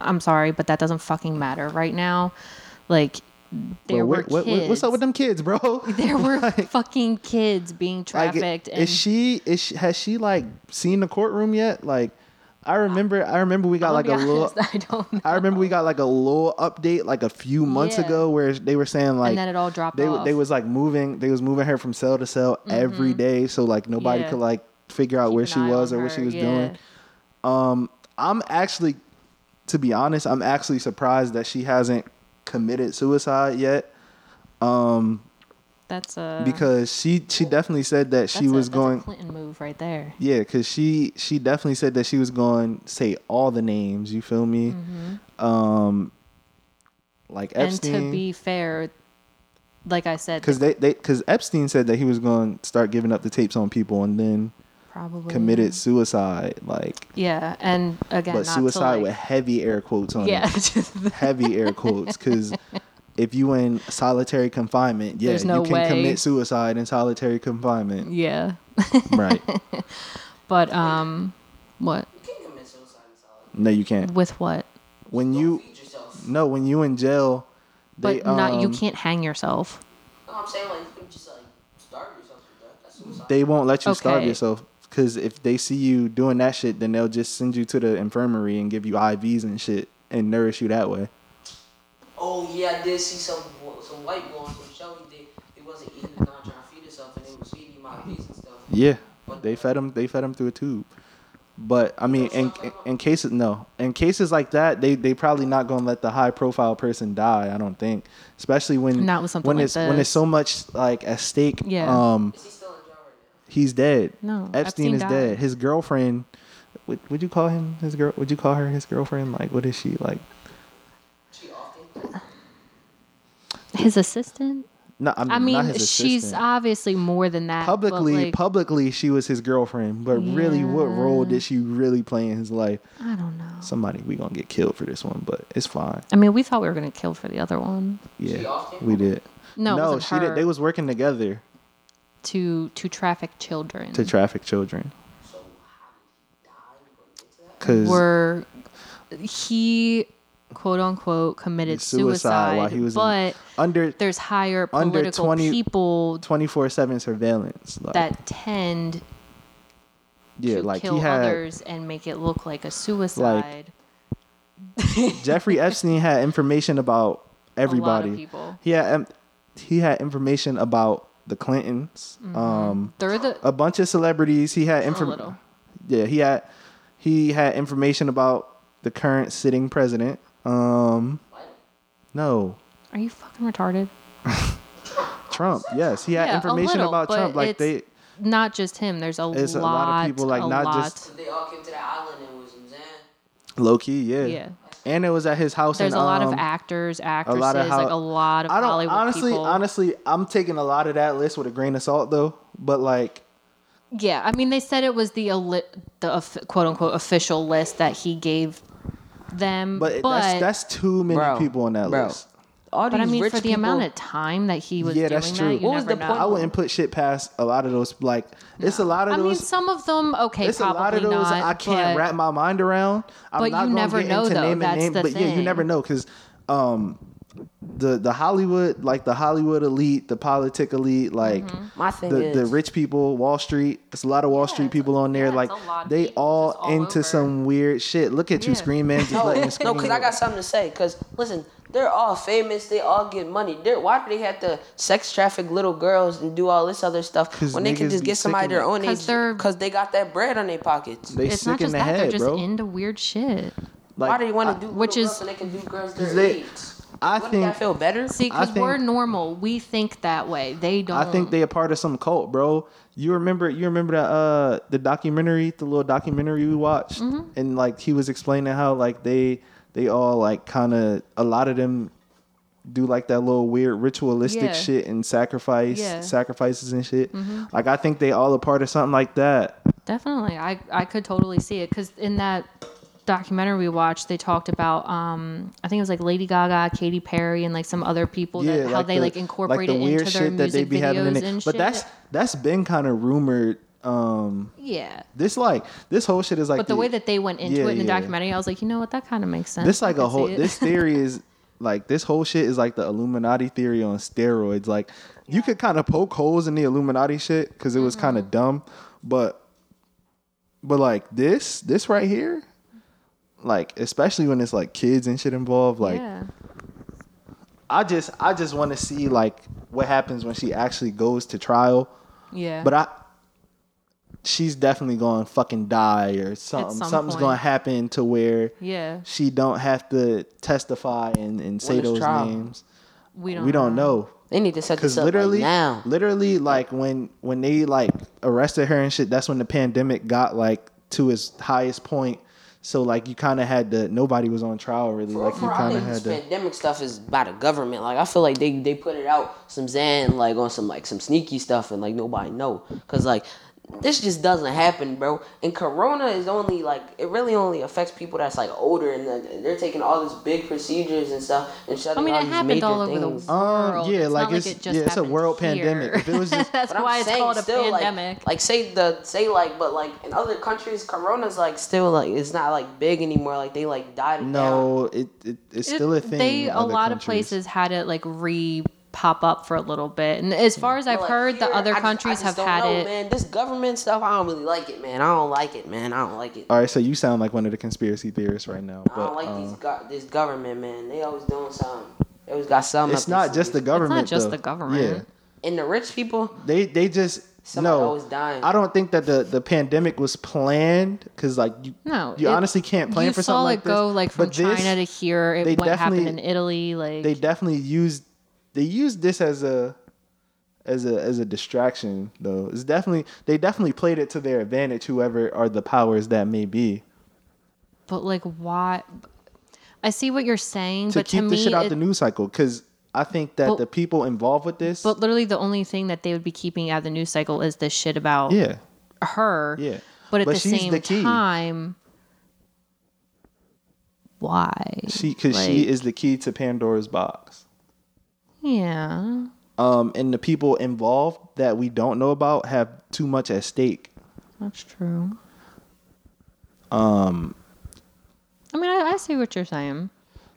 B: I'm sorry, but that doesn't fucking matter right now. Like
A: But
B: there were
A: what- what-
B: kids.
A: what's up with them kids bro
B: There were fucking kids being
A: Like,
B: trafficked, and
A: is she is she, has she like seen the courtroom yet like i remember i remember we got
B: I'll
A: like
B: be
A: a little
B: honest, I don't. Know.
A: I remember we got like a little update like a few months
B: Yeah.
A: ago where they were saying like
B: then it all dropped
A: they
B: off. Mm-hmm.
A: they was like moving they was moving her from cell to cell every day so like nobody
B: Yeah.
A: could like figure out where
B: an
A: she
B: eye
A: was or
B: on
A: what she
B: her,
A: was
B: yeah.
A: doing. I'm actually to be honest, I'm actually surprised that she hasn't committed suicide yet
B: That's a
A: because she she definitely said that she
B: Uh-huh. that's a-
A: was
B: that's a
A: going
B: Clinton move right there.
A: Yeah, because she she definitely said that she was going to say all the names. You feel me? Um, like Epstein.
B: Mm-hmm. And to be fair, like I said,
A: Because they, they, cause Epstein said that he was going to start giving up the tapes on people and then
B: probably
A: committed suicide. Like,
B: Mm-hmm. Yeah, and again,
A: but
B: not
A: suicide
B: to, like,
A: with heavy air quotes on
B: yeah,
A: it.
B: just
A: Heavy air quotes. Because if you in solitary confinement, yeah,
B: There's no
A: you can
B: way.
A: commit suicide in solitary confinement.
B: yeah.
A: right.
B: But um, what
C: can commit suicide in solitary.
A: No, you can't.
B: with what?
A: When you,
C: Feed yourself.
A: no, when you in jail, they,
B: But not you
A: um,
B: can't hang yourself.
C: No, I'm saying like you can just like starve yourself to death. That's suicide.
A: They won't let you starve
B: Okay.
A: yourself. Because if they see you doing that shit, then they'll just send you to the infirmary and give you IVs and shit and nourish you that way.
C: Oh yeah, I did see some some white boy on some show he did. He wasn't eating and not trying to feed himself, and they was feeding him out and stuff.
A: Yeah, they fed him. They fed him through a tube. But I mean, in in cases no, in cases like that, they they probably not gonna let the high profile person die. I don't think, especially when
B: Not with something
A: when
B: like
A: it's when
B: this.
A: it's so much like at stake.
B: Yeah.
A: Um,
C: Is he still in jail right
A: he's dead.
B: No,
A: Epstein,
B: Epstein
A: is
B: died.
A: dead. His girlfriend. Would, would you call him his girl? Would you call her his girlfriend? Like, what is she like?
C: now? She often.
B: His assistant.
A: No, I mean,
B: I
A: Mm, not
B: mean,
A: his
B: she's
A: assistant.
B: obviously more than that. but,
A: publicly
B: like,
A: publicly she was his girlfriend, but really, what role
B: Yeah.
A: did she really play in his life?
B: I don't know.
A: Somebody we gonna get killed for this one, but it's fine.
B: I mean, we thought we were gonna kill for the other one.
C: She
A: Yeah,
C: off him?
A: we did.
B: No, it
A: no,
B: wasn't
A: she
B: her.
A: did. They was working together
B: to to traffic children.
A: to traffic children. Cause
B: were he quote unquote committed suicide,
A: suicide while he was in-
B: but
A: under
B: there's higher
A: Under
B: political
A: 20
B: people
A: twenty four seven surveillance, like,
B: that tend
A: yeah,
B: to
A: like
B: kill
A: he had
B: others and make it look like a suicide.
A: Jeffrey Epstein had information about everybody.
B: people.
A: He had um, he had information about the Clintons. Um,
B: They're the
A: a bunch of celebrities. He had information.
B: Mm-hmm. little.
A: Yeah, he had he had information about the current sitting president. Um, no,
B: are you fucking retarded?
A: Trump. Yes, he had
B: Yeah, a
A: information
B: little,
A: about
B: but
A: Trump. Like they,
B: it's- Not just him. There's a
A: It's
B: lot,
A: a lot of people, like,
B: a
A: not just-
B: lot.
C: They all came to the island and was in Zan.
A: low key. Yeah.
B: Yeah.
A: And it was at his house.
B: There's
A: in,
B: a lot of
A: um,
B: actors, actresses,
A: lot of
B: like
A: how-
B: a lot of
A: I don't
B: Hollywood
A: honestly,
B: people.
A: honestly, I'm taking a lot of that list with a grain of salt though. But like,
B: Yeah, I mean, they said it was the eli- the of- quote unquote official list that he gave them,
A: but,
B: but
A: that's that's too many
C: Bro,
A: people on that
C: bro.
A: list.
C: All these
B: but I mean,
C: rich
B: for the
C: people,
B: amount of time that he was
A: Yeah,
B: doing
A: that's true.
B: that, you
A: What
C: was
B: never
C: the
B: know.
C: point?
A: I wouldn't put shit past a lot of those. Like, it's a lot of
B: I
A: those.
B: mean, some of them, okay,
A: It's a
B: probably
A: lot of those
B: not.
A: I can't
B: but
A: wrap my mind around. I'm
B: but
A: not
B: you
A: gonna
B: never
A: get
B: know,
A: into
B: though.
A: Name
B: That's
A: and name,
B: the
A: but yeah, you
B: thing.
A: never know because um, the the Hollywood, like the Hollywood elite, the politic elite, like
B: Mm-hmm.
C: my thing
A: the
C: is
A: the rich people, Wall Street. There's a lot of Wall Street people on there.
B: yeah,
A: like
B: it's a lot of
A: they
B: people
A: all,
B: just all
A: into
B: over.
A: some weird shit. Look at you,
B: Yeah.
A: Scream Man, just
C: No,
A: letting the
C: Oh, no,
A: screen.
C: because I got something to say. Because listen, they're all famous. They all get money. They're, why do they have to sex traffic little girls and do all this other stuff
A: 'Cause
C: when they can
A: niggas
C: just
A: be
C: get somebody
A: sick
C: their
A: of it.
C: own
B: 'Cause
C: age?
B: they're-
C: Because they got that bread on their pockets.
A: they
B: it's
A: sick
B: not
A: in
B: just
A: the
B: that; they're
A: head,
B: just
A: bro.
B: into weird shit.
A: like,
C: why do you want to do
B: which
C: little
B: is-
C: girls so they can do girls their
A: they-
C: age?
A: I
C: Wouldn't
A: think-
C: that feel better?
B: See,
A: I
B: because we're
A: think-
B: normal, we think that way. They don't.
A: I think they a part of some cult, bro. You remember you remember that uh the documentary, the little documentary we watched
B: Mm-hmm.
A: and like he was explaining how like they they all like kind of a lot of them do like that little weird ritualistic
B: Yeah.
A: shit and sacrifice
B: Yeah. Mm-hmm.
A: sacrifices and shit. Like I think they all a part of something like that.
B: Definitely. I, I could totally see it because in that documentary we watched, they talked about, um, I think it was like Lady Gaga, Katy Perry, and like some other people that how they
A: the-
B: like incorporate
A: the
B: it into their music videos
A: in it.
B: and
A: But
B: shit.
A: that's that's been kind of rumored um
B: yeah.
A: this like this whole shit is like
B: But the way that they went into
A: Yeah,
B: it in the
A: yeah.
B: documentary, I was like, you know what? That kind of makes sense.
A: this like
B: I
A: a
B: could see
A: whole
B: it.
A: this theory is like this whole shit is like the illuminati theory on steroids like you could kind of poke holes in the illuminati shit because it was kind
B: Mm-hmm.
A: of dumb but but like this this right here like especially when it's like kids and shit involved like
B: yeah.
A: i just i just want to see like what happens when she actually goes to trial
B: Yeah.
A: but i she's definitely going to fucking die or something
B: some
A: something's
B: point.
A: going to happen to where
B: yeah.
A: she don't have to testify and, and say
C: it's
A: those
C: trial.
A: names.
B: We don't
A: We don't know
C: They need to set
A: because
C: this up
A: literally,
C: right now.
A: literally, like when when they like arrested her and shit, that's when the pandemic got like to its highest point. So like you kind of had to nobody was on trial really. like you
C: For- I
A: kind of
C: think
A: had
C: this
A: to.
C: pandemic stuff is by the government. Like I feel like they, they put it out some Xan like on some like some sneaky stuff and like nobody know because like this just doesn't happen, bro. And Corona is only like it really only affects people that's like older and like, they're taking all these big procedures and stuff and shutting
B: I mean,
C: all
B: it
C: these
B: happened
C: major
B: all over
C: things.
B: the world.
A: Um, yeah,
B: it's
A: like,
B: not like
A: it's-
B: it just
A: yeah, it's a
B: happened
A: world
B: here.
A: pandemic. If it was just-
B: that's
C: But I'm
B: why it's
C: saying
B: called a
C: still, like-
B: pandemic.
C: Like, say the say like, but like in other countries, Corona's like still like it's not like big anymore. Like they like died.
A: No, it, it it's
B: it-
A: still a thing.
B: They
A: in
B: a
A: other
B: lot of
A: countries.
B: places had it like re pop up for a little bit, and as far as I've heard, the other countries have had it.
C: Man, this government stuff, I don't really like it, man. I don't like it, man. I don't like it.
A: All right, so you sound like one of the conspiracy theorists right now,
C: I
A: but
C: don't like
A: um,
C: these go- this government, man. They always doing something. They always got something.
A: it's
C: up their
A: not just the
C: sleeve.
A: government.
B: just
A: though.
B: the government.
A: Yeah.
C: and the rich people.
A: They they just
C: Somebody
A: no.
C: always dying.
A: I don't think that the the pandemic was planned because like you
B: No,
A: you
B: it-
A: honestly can't plan
B: you
A: for
B: saw
A: something like
B: it go
A: this.
B: like from
A: But this-
B: China to here.
A: they
B: It what happened in
A: definitely-
B: Italy, like
A: they definitely used they used this as a as a as a distraction though. It's definitely they definitely played it to their advantage. Whoever are the powers that may be
B: but like why? I see what you're saying,
A: to
B: but
A: keep
B: to
A: the
B: me,
A: shit out
B: it-
A: the news cycle because I think that
B: But-
A: the people involved with this,
B: But literally, the only thing that they would be keeping out of the news cycle is this shit about
A: yeah,
B: her.
A: yeah.
B: But at
A: But
B: the
A: she's
B: same
A: the key.
B: time, why?
A: She because she
B: Like-
A: is the key to Pandora's box.
B: Yeah.
A: Um, and the people involved that we don't know about have too much at stake.
B: That's true. Um,
A: Um,
B: I mean, I, I see what you're saying.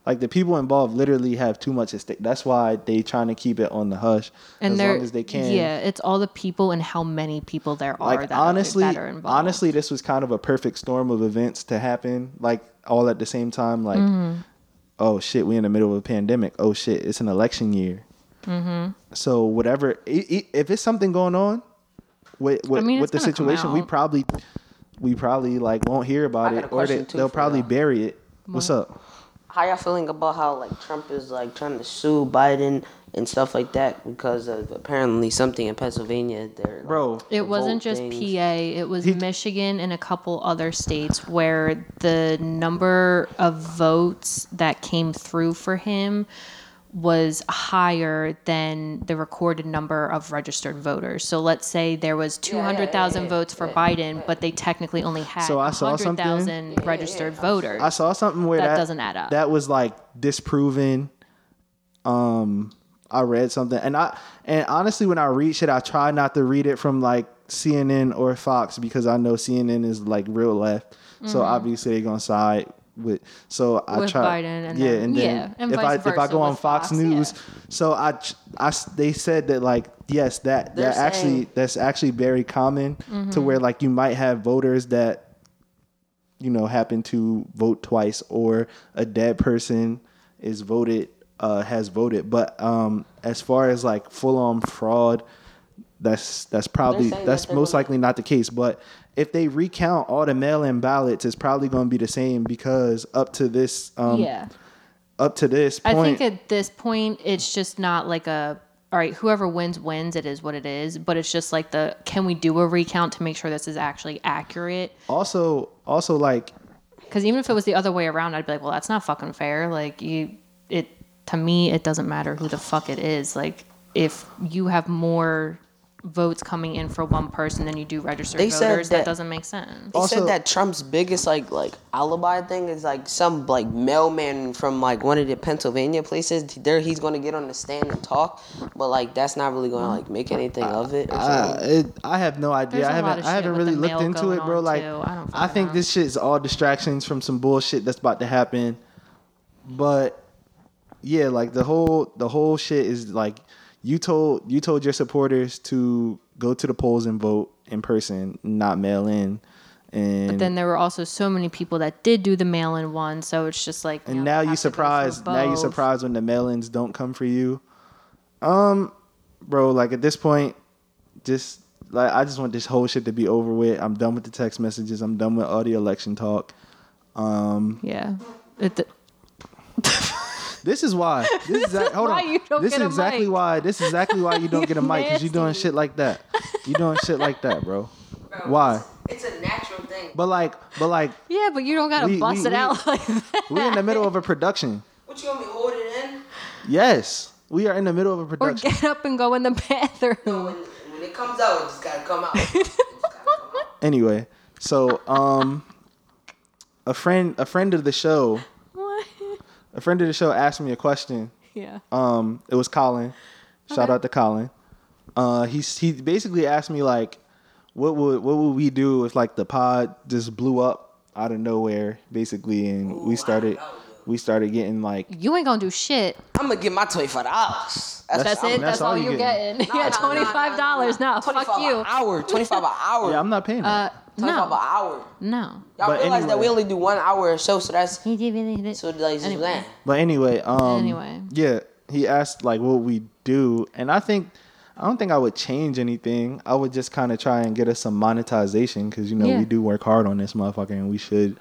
A: Like the people involved literally have too much at stake. That's why they trying to keep it on the hush
B: And
A: as
B: they're
A: long as they can.
B: Yeah, it's all the people and how many people there are
A: like
B: that,
A: honestly,
B: are, that are involved.
A: honestly, this was kind of a perfect storm of events to happen, like all at the same time. Like,
B: Mm-hmm.
A: oh shit, we in the middle of a pandemic. Oh shit, it's an election year.
B: Mm-hmm.
A: So whatever, i- i- if it's something going on with with,
B: I mean,
A: with the
B: it's gonna come
A: situation, we
B: out.
A: probably we probably like won't hear about
C: I got
A: it,
C: a
A: or
C: question,
A: they,
C: too,
A: they'll
C: for
A: probably
C: y'all.
A: bury it. What's up?
C: How y'all feeling about how like Trump is like trying to sue Biden and stuff like that because of apparently something in Pennsylvania there. like,
A: Bro,
B: It wasn't
C: vote
B: just
C: things.
B: PA, it was Michigan and a couple other states where the number of votes that came through for him was higher than the recorded number of registered voters. So let's say there was 200,000 votes for Biden, but they technically only had
A: So I saw something-
B: 100,000 registered voters.
A: I saw something where that,
B: That doesn't add up.
A: That was like disproven. Um, I read something, and I and honestly, when I read shit, I try not to read it from like CNN or Fox because I know CNN is like real left. So
B: Mm-hmm.
A: obviously they're gonna side with. So I
B: With
A: try.
B: Biden and
A: yeah,
B: then-
A: and then
B: yeah, and
A: if I
B: vice
A: if I
B: versa
A: go on
B: with
A: Fox,
B: Fox,
A: News,
B: yeah.
A: so I, ch- I s- they said that like yes that
C: They're
A: that actually
C: saying-
A: that's actually very common
B: Mm-hmm.
A: to where like you might have voters that you know happen to vote twice or a dead person is voted uh has voted but um as far as like full on fraud that's that's probably
C: saying
A: that's
C: that they're
A: most
C: gonna-
A: likely not the case but if they recount all the mail in ballots it's probably going to be the same because up to this um
B: yeah.
A: up to this point
B: I think at this point, it's just not like a all right. Whoever wins wins. It is what it is. But it's just like the can we do a recount to make sure this is actually accurate?
A: also also like
B: Because even if it was the other way around, I'd be like, well, that's not fucking fair. Like you, it to me, it doesn't matter who the fuck it is. Like if you have more votes coming in for one person than you do registered
C: They said
B: voters, that,
C: that-
B: doesn't make sense.
C: He
A: Also-
C: said that Trump's biggest like like alibi thing is like some like mailman from like one of the Pennsylvania places. There he's gonna get on the stand and talk, but like that's not really gonna like make anything of it. Or
A: Uh,
C: something.
A: it, I have no idea.
B: There's
A: I
B: a lot
A: haven't.
B: of
A: I
B: shit
A: haven't
B: with
A: really
B: the
A: looked
B: mail
A: into
B: going
A: it, bro.
B: on,
A: Like,
B: too. I don't
A: I, think
B: fucking
A: this shit is all distractions from some bullshit that's about to happen. But yeah, like the whole the whole shit is like you told you told your supporters to go to the polls and vote in person, not mail in. And
B: But then there were also so many people that did do the mail-in one, so it's just like.
A: and now you
B: have to go for
A: surprised now you
B: both.
A: surprised when the mail-ins don't come for you um bro like at this point just like i just want this whole shit to be over with i'm done with the text messages i'm done with all the election talk
B: Yeah. It,
A: this is why this is, hold
B: why
A: on
B: you don't
A: this
B: get
A: is
B: a
A: exactly
B: mic.
A: why this is exactly why you don't get a mic because you're doing
B: Nasty.
A: shit like that you're doing shit like that bro why
C: It's a natural thing.
A: but like but like
B: Yeah, but you don't gotta
A: We-
B: bust
A: we-
B: it
A: we-
B: out like that.
A: we're in the middle of a production
C: What you want me to hold it in?
A: yes we are in the middle of a
B: Or
A: production
B: get up and go in the bathroom.
C: When, when it comes out, it just gotta come out. It just gotta come out.
A: anyway so um a friend a friend of the show
B: What?
A: a friend of the show asked me a question
B: Yeah.
A: um it was colin shout out to colin uh he he basically asked me like what would what would we do if like the pod just blew up out of nowhere basically and we started we started getting like
B: You ain't gonna do shit.
C: I'm gonna get my twenty five dollars.
B: That's,
A: I'm-
B: it. That's, all, you getting. yeah, twenty five dollars. No, fuck you.
C: An hour, twenty five an hour.
A: yeah i'm not paying that.
B: Uh,
C: twenty five an
B: no,
C: hour.
B: no.
C: Y'all
A: But
C: realize that
A: anyway.
C: we only do one hour of show, so that's
B: He did really hit it.
C: so like just
B: Anyway.
C: anyway.
A: But anyway, um,
B: Anyway.
A: yeah, he asked like what we do, and I think I don't think I would change anything. I would just kind of try and get us some monetization because you know
B: Yeah.
A: we do work hard on this motherfucker, and we should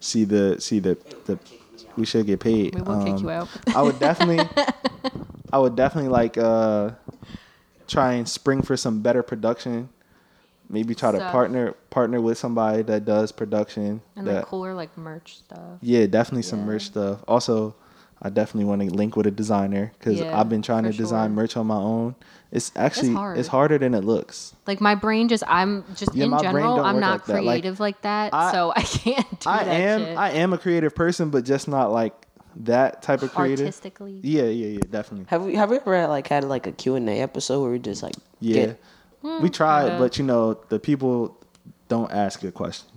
A: see the see the the we should get paid.
B: We will kick
A: Um,
B: you out.
A: I would definitely, I would definitely like uh, try and spring for some better production. Maybe try to
B: Stuff.
A: partner partner with somebody that does production
B: And
A: that
B: like cooler like merch stuff.
A: yeah, definitely some merch stuff. Also, I definitely want to link with a designer because
B: Yeah,
A: I've been trying
B: for
A: to design
B: sure.
A: merch on my own. It's actually it's,
B: hard.
A: harder than it looks.
B: Like my brain just I'm just
A: Yeah,
B: in
A: my brain
B: general
A: don't
B: I'm
A: work
B: not
A: like that. Like,
B: creative like that,
A: I-
B: so I can't do
A: I
B: that
A: am
B: shit.
A: I am a creative person, but just not like that type of creative.
B: artistically.
A: Yeah, yeah, yeah, definitely.
C: Have we have we ever like had like a Q and A episode where we just like
A: Yeah,
C: get-
B: Hmm,
A: we tried,
B: kinda.
A: but you know the people don't ask good questions.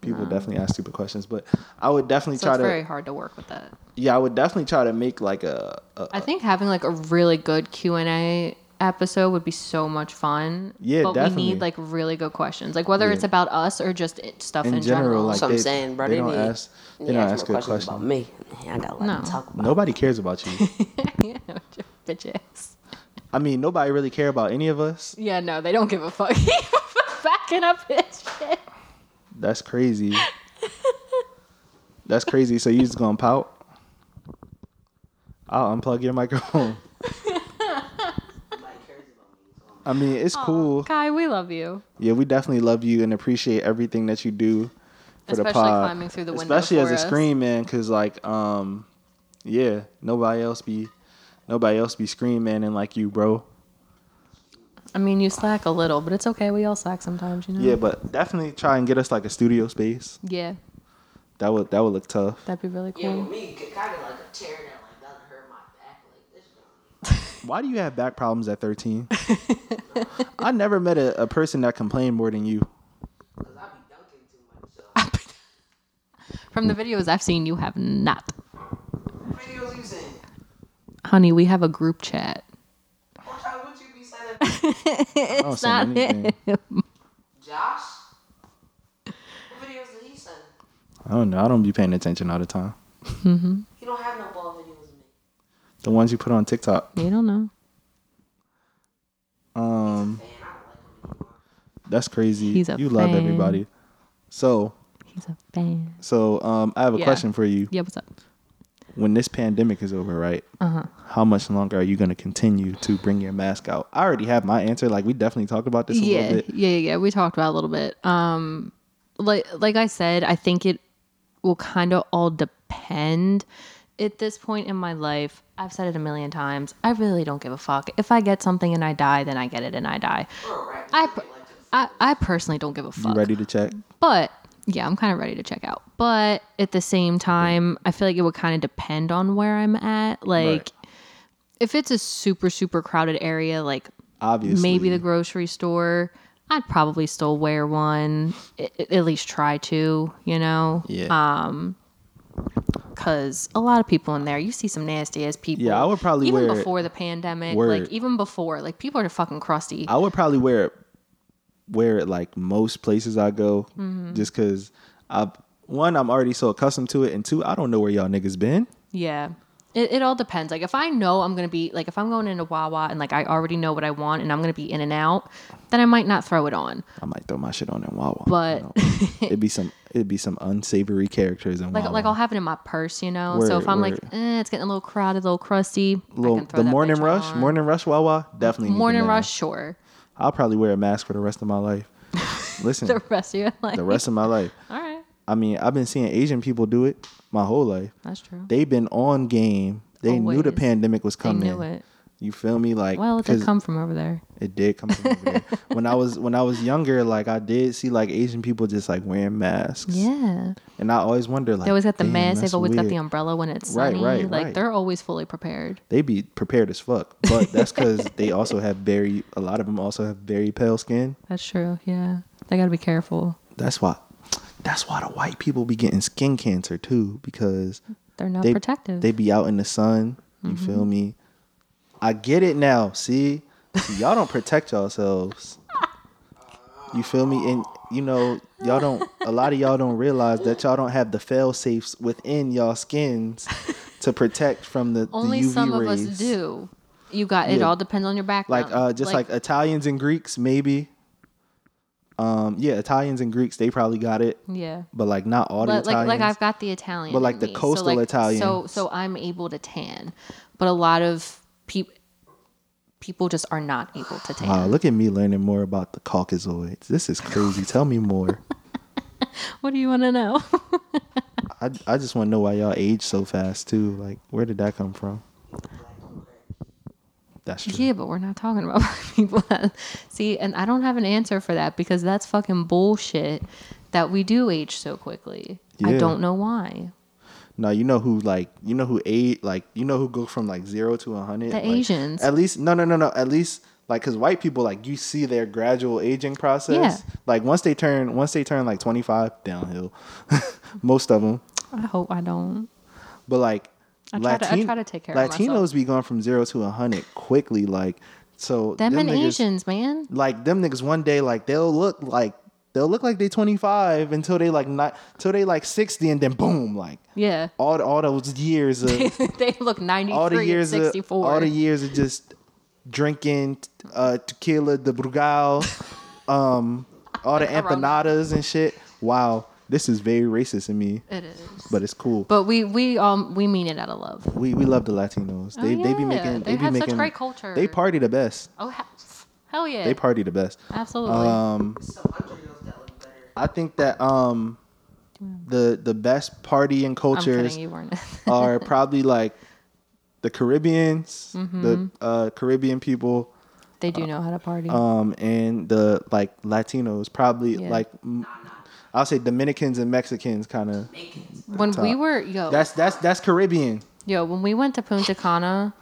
A: People definitely ask stupid questions, but I would definitely
B: So
A: try
B: it's
A: to.
B: very hard to work with that.
A: Yeah, I would definitely try to make like a. a
B: I think having like a really good Q and A episode would be so much fun.
A: Yeah,
B: but we
A: definitely.
B: need like really good questions, like whether
A: Yeah.
B: it's about us or just it, stuff in,
A: in general, like
C: That's what I'm
A: they-
C: saying, bro.
A: They,
C: They
A: don't
C: need-
A: ask. They
C: yeah,
A: don't
C: ask
A: ask
C: more
A: good questions.
C: questions about me. Yeah, I got a lot
B: No.
C: to talk about.
A: Nobody cares about you.
B: yeah, bitch ass.
A: I mean, nobody really care about any of us.
B: Yeah, no, they don't give a fuck. Backing up his shit.
A: That's crazy. That's crazy. So you just gonna pout? I'll unplug your microphone. I mean, it's cool.
B: Kai, we love you.
A: Yeah, we definitely love you and appreciate everything that you do for the
B: Especially
A: pod.
B: climbing through the window
A: Especially as
B: for
A: a
B: us.
A: screen man, cause like, um, yeah, nobody else be, nobody else be screen manning like you, bro.
B: I mean, you slack a little, but it's okay. We all slack sometimes, you know.
A: Yeah, but definitely try and get us like a studio space.
B: Yeah,
A: That would that would look tough.
B: that'd be really
C: Yeah,
B: cool.
C: with me, kind of like a tear that like doesn't hurt my back like this.
A: Why do you have back problems at 13? I never met a, a person that complained more than you.
C: Cause I be dunking too much. So
B: From the videos I've seen, you have not.
C: videos you send.
B: Honey, we have a group chat.
C: What time would you be sending?
A: I don't
B: it's
A: send
B: not
A: anything.
B: him.
C: Josh? What videos did he send?
A: I don't know. I don't be paying attention all the time.
C: He don't have no ball videos with me.
A: The ones you put on TikTok.
B: You don't know.
A: Um,
C: Man, I don't like him anymore.
A: that's crazy.
B: He's a
A: you love
B: fan.
A: everybody. So,
B: He's a fan.
A: so um, I have a
B: Yeah.
A: question for you.
B: Yeah, what's up?
A: When this pandemic is over, right?
B: Uh-huh.
A: How much longer are you going to continue to bring your mask out? I already have my answer. Like we definitely talked about this a
B: yeah,
A: little bit.
B: yeah, yeah, yeah. We talked about it a little bit. Um, like like I said, I think it will kind of all depend. At this point in my life, I've said it a million times. I really don't give a fuck. If I get something and I die, then I get it and I die. I, per- I, I personally don't give a
A: You
B: fuck.
A: ready to check?
B: But yeah, I'm kind of ready to check out. But at the same time, I feel like it would kind of depend on where I'm at. Like, if it's a super, super crowded area, like
A: Obviously.
B: maybe the grocery store, I'd probably still wear one, I- I- at least try to, you know?
A: yeah.
B: Because a lot of people in there, you see some nasty ass people.
A: Yeah, I would probably
B: even
A: wear it.
B: before the pandemic,
A: Word.
B: like even before, like people are fucking crusty.
A: I would probably wear it wear it like most places I go,
B: Mm-hmm.
A: just because I one I'm already so accustomed to it, and two I don't know where y'all niggas been.
B: Yeah. It, it all depends. Like if I know I'm gonna be like if I'm going into Wawa and like I already know what I want and I'm gonna be in and out, then I might not throw it on.
A: I might throw my shit on in Wawa,
B: But
A: You know, it'd be some it'd be some unsavory characters in
B: like
A: Wawa.
B: like I'll have it in my purse, you know. so
A: Oh. Word,
B: if I'm like,
A: word.
B: eh, it's getting a little crowded, a little crusty, I
A: Little-
B: can throw
A: the
B: that
A: morning
B: bitch
A: rush,
B: on.
A: morning rush Wawa, definitely need to
B: morning
A: know.
B: rush, sure.
A: I'll probably wear a mask for the rest of my life. Listen,
B: The rest of your life.
A: the rest of my life.
B: all right,
A: I mean, I've been seeing Asian people do it my whole life.
B: that's true.
A: They've been on game. They knew the
B: Always.
A: pandemic was
B: They
A: coming.
B: knew it.
A: You feel me? Like
B: Well, it did
A: 'cause-
B: come from over there.
A: It did come from over there. When I was when I was younger, like I did see like Asian people just like wearing masks.
B: Yeah,
A: And I always wonder like
B: they always got the
A: "Damn,
B: mask.
A: that's
B: They've always got the
A: weird."
B: umbrella when it's
A: Right,
B: sunny.
A: right,
B: like
A: right.
B: they're always fully prepared.
A: They be prepared as fuck, but that's because they also have very a lot of them also have very pale skin.
B: That's true. Yeah, they got to be careful.
A: That's why. That's why the white people be getting skin cancer too because
B: They're not
A: they
B: protective.
A: they be out in the sun. You
B: Mm-hmm.
A: feel me? I get it now. See, See, y'all don't protect yourselves. You feel me? And you know, y'all don't. A lot of y'all don't realize that y'all don't have the fail safes within y'all skins to protect from the, the
B: Only
A: UV
B: some
A: rays.
B: of us do. You got it.
A: Yeah.
B: All depends on your background.
A: Like uh, just like, Italians and Greeks, maybe. Um, yeah, Italians and Greeks, they probably got it,
B: yeah.
A: but like not all the
B: Mm. Like, like
A: Italians.
B: like I've got the Italian,
A: But, like,
B: in
A: the
B: me.
A: coastal
B: so, like,
A: Italian.
B: So so I'm able to tan, but a lot of people people just are not able to tan.
A: Wow, Uh, look at me learning more about the Caucasoids. This is crazy. Tell me more.
B: What do you want to know?
A: I I just want to know why y'all age so fast too. Like, where did that come from? That's true.
B: Yeah, but we're not talking about black people. See, and I don't have an answer for that because that's fucking bullshit that we do age so quickly. I
A: Yeah.
B: don't know why.
A: No, you know who like you know who ate like you know who go from like zero to a hundred.
B: The
A: Like,
B: Asians.
A: At least no no no no. At least like because white people like you see their gradual aging process.
B: Yeah.
A: Like once they turn once they turn like twenty five downhill, most of them.
B: I hope I don't.
A: But like
B: I try to- I try to take care of
A: Latinos
B: myself.
A: be going from zero to a hundred quickly. Like so
B: Them, and
A: niggas-
B: Asians, man.
A: like them niggas one day like they'll look like they'll look like they 25 until they like not till they like 60 and then boom like
B: Yeah.
A: all all those years of
B: they look 93
A: all the years
B: and
A: of
B: 64.
A: all the years of just drinking uh tequila de brugal um all the empanadas and shit wow this is very racist in me
B: it is.
A: but it's cool
B: But we we um we mean it out of love.
A: we we love the latinos they they be
B: Oh, yeah.
A: making they,
B: They
A: be
B: have such
A: making
B: great culture.
A: they party the best
B: Oh hell, hell yeah.
A: they party the best
B: Absolutely.
A: um
C: Some Andreos that look better.
A: I think that um the the best party and
B: I'm kidding,
A: cultures
B: you weren't.
A: are probably like the Caribbeans,
B: Mm-hmm.
A: the uh, Caribbean people,
B: they do know how to party.
A: Uh, um, and the like Latinos. Probably
B: Yeah.
A: like mm, I'll say Dominicans and Mexicans kind of.
B: when we
A: top.
B: were yo,
A: That's that's that's Caribbean.
B: Yo, when we went to Punta Cana,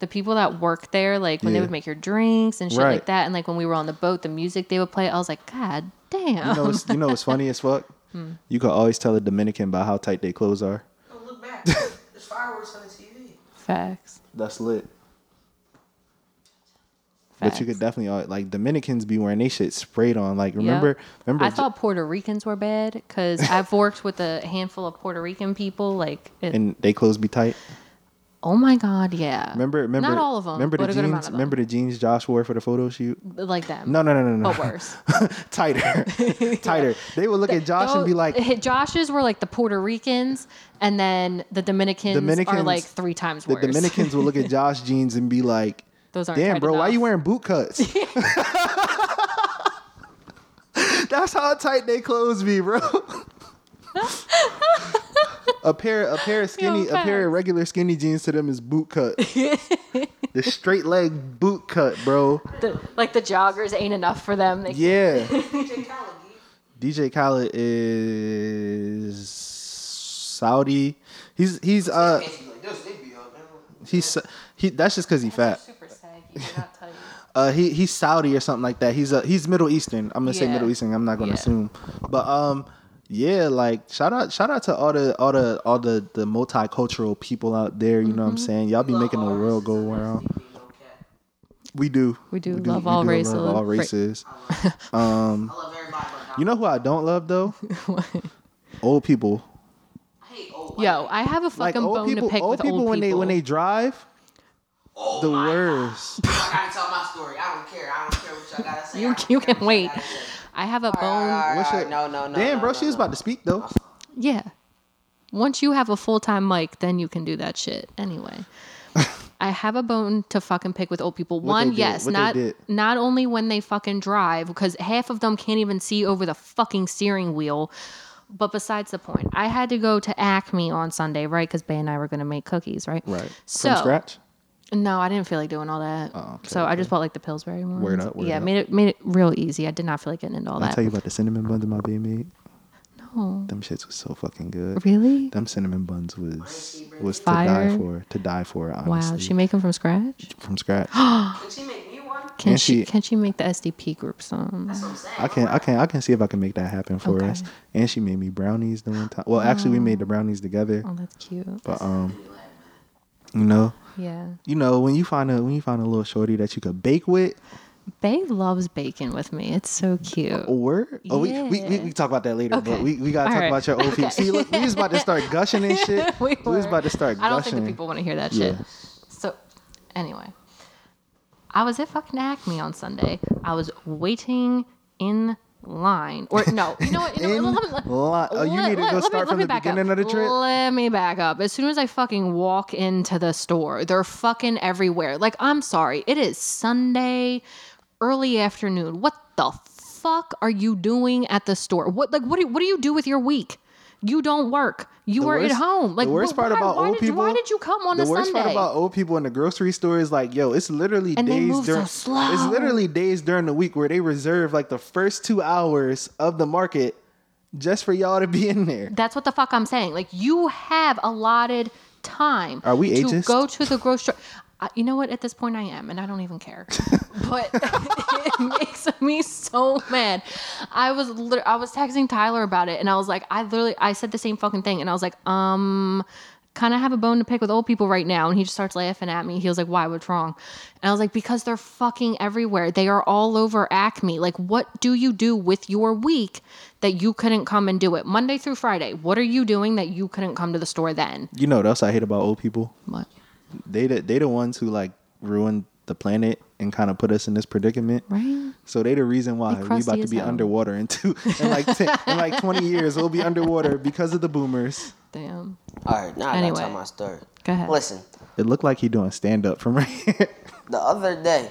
B: the people that worked there, like when
A: Yeah.
B: they would make your drinks and shit like
A: Right.
B: that, and like when we were on the boat, the music they would play, I was like, God damn.
A: You know it's, you know it's funny as fuck.
B: Hmm.
A: You can always tell a Dominican by how tight their clothes are.
C: Oh, look back. There's fireworks on the TV.
B: Facts.
A: That's lit. But
B: Facts.
A: you could definitely al- like Dominicans be wearing they shit sprayed on. Like remember remember
B: I thought Puerto Ricans were bad because I've worked with a handful of Puerto Rican people. Like, it,
A: and they clothes be tight.
B: oh my God, yeah.
A: Remember, remember,
B: Not all of them,
A: Remember
B: but
A: the
B: a good amount
A: jeans?
B: of them.
A: Remember the jeans Josh wore for the photo shoot?
B: like them.
A: No, no, no, no, no.
B: But worse.
A: tighter, tighter. They would look at Josh and be like,
B: Those- Josh's were like the Puerto Ricans, and then the Dominicans, are
A: Dominicans-
B: like three times
A: the
B: worse.
A: Dominicans would look at Josh jeans and be like,
B: Those aren't
A: "Damn,
B: tight
A: bro, why you
B: enough."
A: wearing boot cuts?" That's how tight they clothes be, bro. a pair, a pair of skinny, a pair of
B: facts.
A: regular skinny jeans to them is boot cut. the straight leg boot cut, bro.
B: The- like the joggers ain't enough for them. They
A: Yeah.
C: DJ Khaled, Gee.
A: DJ Khaled is Saudi. He's he's uh
C: Casey like, this, they be up, man.
A: he's he. That's just cause he fat.
B: super saggy. They're not tight.
A: Uh, he he's Saudi or something like that. He's uh he's Middle Eastern. I'm gonna say
B: Yeah.
A: Middle Eastern. I'm not gonna
B: Yeah.
A: assume, but um yeah, like shout out shout out to all the all the all the the multicultural people out there. You know what I'm
B: Mm-hmm.
A: saying? Y'all be making the world go around.
C: You know, cat.
A: We do.
B: We do love all races.
A: all
B: Right.
A: races.
C: I love everybody, but
A: You know who I don't love though? Old people.
C: oh, I hate old.
B: Yo, I have a
A: Like
B: fucking
A: old
B: bone
A: people.
B: to pick
A: Old
B: with
A: people
B: old
A: when
B: people.
A: they when they drive,
C: Oh
A: the
C: my
A: worst.
C: God. I gotta tell my story. I don't care. I don't care what y'all gotta say. I
B: you
C: don't
B: you
C: care
B: can
C: what y'all
B: wait.
C: gotta say.
B: I have a bone.
C: Alright,
A: What's
C: alright,
A: your-
C: No, no, no.
A: Damn,
C: no,
A: bro,
C: no,
A: she was
C: no.
A: about to speak though.
B: Yeah. Once you have a full time mic, then you can do that shit. Anyway. I have a bone to fucking pick with old people. One,
A: did,
B: yes,
A: what they
B: not
A: did.
B: not only when they fucking drive, because half of them can't even see over the fucking steering wheel. But besides the point, I had to go to Acme on Sunday, right? Because Bay and I were gonna make cookies, right? So
A: From scratch.
B: No, I didn't feel like doing all that.
A: Oh,
B: so I just bought like the Pillsbury ones.
A: Word up, word
B: yeah,
A: up.
B: made it made it real easy. I did not feel like getting into all
A: I
B: that.
A: tell you about the cinnamon buns that my baby made.
B: Oh,
A: Them shits was so fucking good.
B: really?
A: Them cinnamon buns was was to
B: Fire.
A: die for. To die for. Honestly.
B: Wow, she make them from scratch.
A: from scratch.
C: Can she make me one?
B: Can
A: And
B: she,
A: she-
B: can she make the SDP group some?
C: That's what I'm saying.
A: I can I can I can see if I can make that happen for
B: Okay.
A: us. And she made me brownies the one time. Well, actually, we made the brownies together.
B: Oh, that's cute.
A: But um, you know,
B: Yeah,
A: you know when you find a when you find a little shorty that you could bake with,
B: Bay loves bacon with me. It's so cute.
A: or oh we we, we,
B: Yeah.
A: we can talk about that later.
B: Okay.
A: But we, we gotta
B: All
A: talk
B: right.
A: about your old people. See, look, we was about to start gushing and shit.
B: We
A: was
B: were.
A: about to start gushing.
B: I don't think the people want to hear that shit.
A: Yeah.
B: So, anyway, I was at fucking Acme on Sunday. I was waiting in line, or no, you know what? You know,
A: In
B: what, let me- let-
A: line. Oh, you
B: let-
A: need to
B: let-
A: go
B: let me-
A: start
B: let
A: from
B: me
A: the
B: back
A: beginning
B: up.
A: of the trip?
B: Let me back up. As soon as I fucking walk into the store, they're fucking everywhere. Like, I'm sorry, it is Sunday, early afternoon. What the fuck are you doing at the store? What like what do you, what do you do with your week? You don't work. You
A: The
B: were
A: worst-
B: at home. Like
A: the worst
B: wh- why,
A: part about
B: why
A: old
B: did,
A: people.
B: Why did you come on
A: the
B: a
A: worst part
B: Sunday?
A: about old people in the grocery store is like, yo, it's literally
B: And they
A: days
B: move so
A: during.
B: slow.
A: It's literally days during the week where they reserve like the first two hours of the market just for y'all to be in there.
B: That's what the fuck I'm saying. Like you have allotted time.
A: Are we
B: to
A: ageist?
B: go to the grocery? I, you know what? At this point, I am, and I don't even care. but it makes me so mad. I was lit- I was texting Tyler about it, and I was like, I literally I said the same fucking thing, and I was like, um. Kind of have a bone to pick with old people right now, and he just starts laughing at me. He was like, "Why? What's wrong?" And I was like, "Because they're fucking everywhere. They are all over Acme. Like, what do you do with your week that you couldn't come and do it Monday through Friday? What are you doing that you couldn't come to the store then?"
A: You know what else I hate about old people?
B: What?
A: They the, they the ones who like ruined the planet and kind of put us in this predicament.
B: Right.
A: So they the reason why
B: They
A: we
B: crusty
A: about to
B: as
A: be
B: hell.
A: underwater in two in like 10, in like twenty years we'll be underwater because of the boomers.
B: Damn.
C: All right, now I
B: Anyway.
C: gotta tell my story.
B: Go ahead.
C: Listen,
A: It looked like he doing stand up from right here.
C: the other day,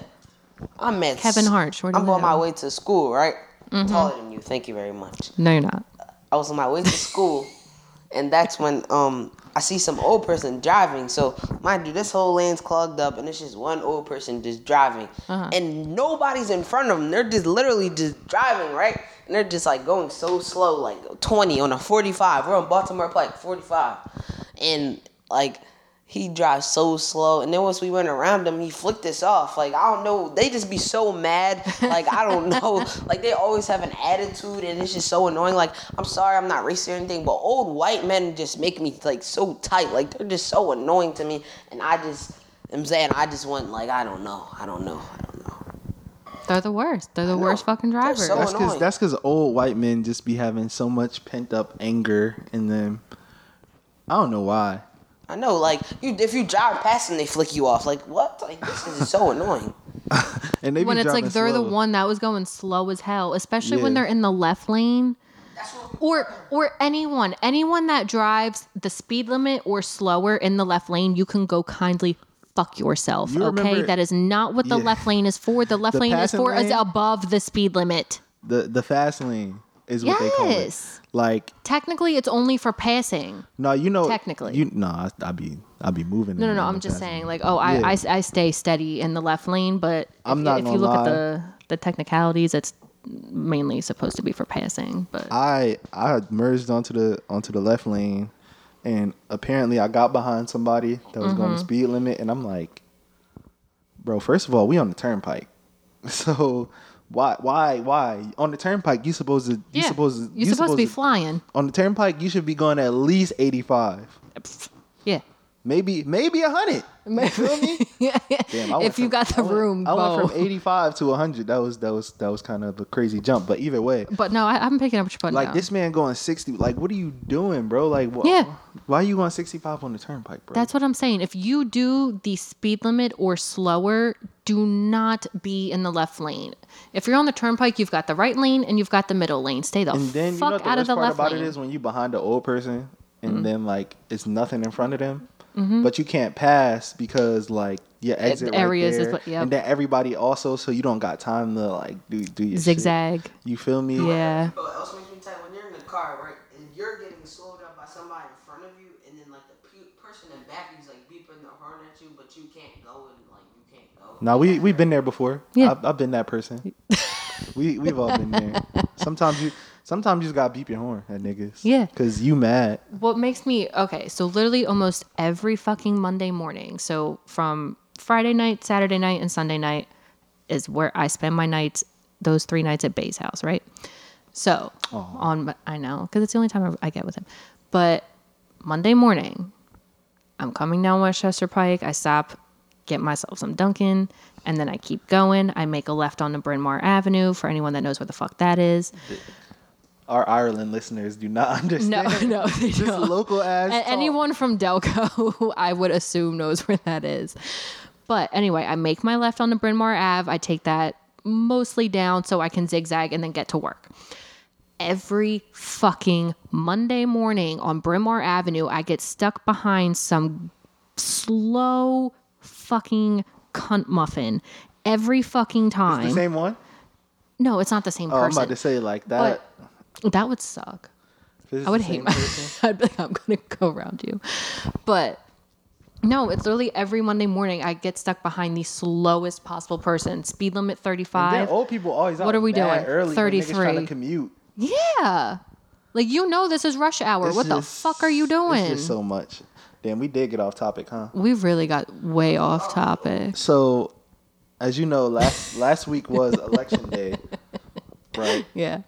C: I'm at
B: Kevin
C: s-
B: Hart, Shorty Mm-hmm.
C: I'm on
B: Little.
C: my way to school, right? Taller than you. Thank you very much.
B: No, you're not.
C: I was on my way to school, and that's when um I see some old person driving. So mind you, this whole lane's clogged up, and it's just one old person just driving, and nobody's in front of them. They're just literally just driving, right? And they're just like going so slow, like 20 on a 45. We're on Baltimore Pike, 45, and like. He drives so slow, and then once we went around him, he flicked us off. Like I don't know, they just be so mad. Like I don't know, like they always have an attitude, and it's just so annoying. Like I'm sorry, I'm not racist or anything, but old white men just make me like so tight. Like they're just so annoying to me, and I just, I'm saying, I just want like I don't know, I don't know, I don't know.
B: They're the worst. They're the worst fucking drivers.
C: so-
A: That's because
C: annoying.
A: that's because old white men just be having so much pent up anger in them. I don't know why.
C: I know, like you, if you drive past them, they flick you off. Like what? Like this is so annoying.
A: And they
B: when
A: be
B: it's like
A: driving
B: they're the
A: slow.
B: one that was going slow as hell, especially when
A: Yeah.
B: they're in the left lane. Or or anyone, anyone that drives the speed limit or slower in the left lane, you can go kindly fuck yourself.
A: You
B: okay,
A: remember-
B: that is not what the
A: Yeah.
B: left lane is for. The left
A: The
B: lane is
A: passing
B: for is
A: lane?
B: above the speed limit.
A: The the fast lane is what they call it.
B: Yes.
A: Like
B: Technically, it's only for passing.
A: no, you know
B: Technically.
A: you no, I, I be I be moving.
B: No, no, no. I'm just saying, like, oh, I,
A: Mm, Yeah.
B: I s- I, stay steady in the left lane, but if,
A: I'm
B: you-
A: not
B: if you
A: gonna
B: look at
A: lie.
B: the the technicalities, it's mainly supposed to be for passing. But
A: I I merged onto the onto the left lane, and apparently I got behind somebody that was
B: Mm-hmm.
A: going the speed limit, and I'm like, bro, first of all, we on the turnpike, so why why why on the turnpike you supposed to you
B: yeah,
A: supposed to,
B: you're supposed to be flying.
A: on the turnpike you should be going at least 85,
B: Yeah.
A: maybe maybe 100. You feel me?
B: Yeah,
A: Damn, I went
B: if you
A: from-
B: got the
A: I went-
B: room,
A: I went
B: Bo.
A: from 85 to 100. That was that was that was kind of a crazy jump, but either way.
B: But no, I, I'm picking up what you're putting
A: Like
B: down.
A: this man going sixty. Like what are you doing, bro? Like wh-
B: Yeah.
A: Why you going sixty five on the turnpike, bro?
B: That's what I'm saying. If you do the speed limit or slower, do not be in the left lane. If you're on the turnpike, you've got the right lane and you've got the middle lane. Stay the
A: and then you know
B: fuck
A: what the
B: out
A: worst
B: of the
A: part
B: left
A: about
B: lane. Mm-hmm.
A: it is when you behind the old person and then like it's nothing in front of them, but you can't pass because like your exit right
B: areas is
A: there,
B: what- yep.
A: and then everybody also so you don't got time to like do do your shit.
B: Zigzag.
A: You feel me?
B: Yeah.
C: You know what else makes me tight? When you're in the car, right, and you're getting slowed up by somebody in front of you, and then like the pe- person in back of you's like beeping the horn at you, but you can't go, and like you can't go.
A: Now we we've been there before.
B: Yeah.
A: I've, I've been that person. we we've all been there. Sometimes you sometimes you just gotta beep your horn at niggas.
B: Yeah.
A: Cause you mad.
B: what makes me okay so literally almost every fucking monday morning so from friday night saturday night and sunday night is where i spend my nights those three nights at bay's house right so on my- i know because it's the only time I, I get with him but monday morning i'm coming down westchester pike i stop get myself some dunkin and then i keep going i make a left on the bryn mawr avenue for anyone that knows where the fuck that is
A: Our Ireland listeners do not
B: no
A: understand.
B: no they
A: This
B: don't.
A: local ass.
B: And
A: talk.
B: anyone from Delco, who I would assume knows where that is. But anyway, I make my left on the Bryn Mawr Ave. I take that mostly down so I can zigzag and then get to work. Every fucking Monday morning on Bryn Mawr Avenue, I get stuck behind some slow fucking cunt muffin every fucking
A: It's
B: time.
A: the same one.
B: no, it's not the same
A: Oh, I'm
B: person.
A: about to say like that.
B: But that would suck.
A: This is
B: I would
A: the
B: hate
A: same
B: my.
A: person.
B: I'd be like, I'm gonna go around you, but no, it's literally every Monday morning I get stuck behind the slowest possible person. Speed limit
A: And then
B: 35.
A: old people always out
B: What are we
A: mad
B: doing?
A: Early when niggas trying to
B: 33.
A: commute.
B: Yeah, like you know this is rush hour.
A: It's
B: what the
A: just-
B: fuck are you doing?
A: It's just so much. Damn, we did get off topic, huh?
B: we really got way off topic.
A: So, as you know, last last week was election day, right?
B: Yeah.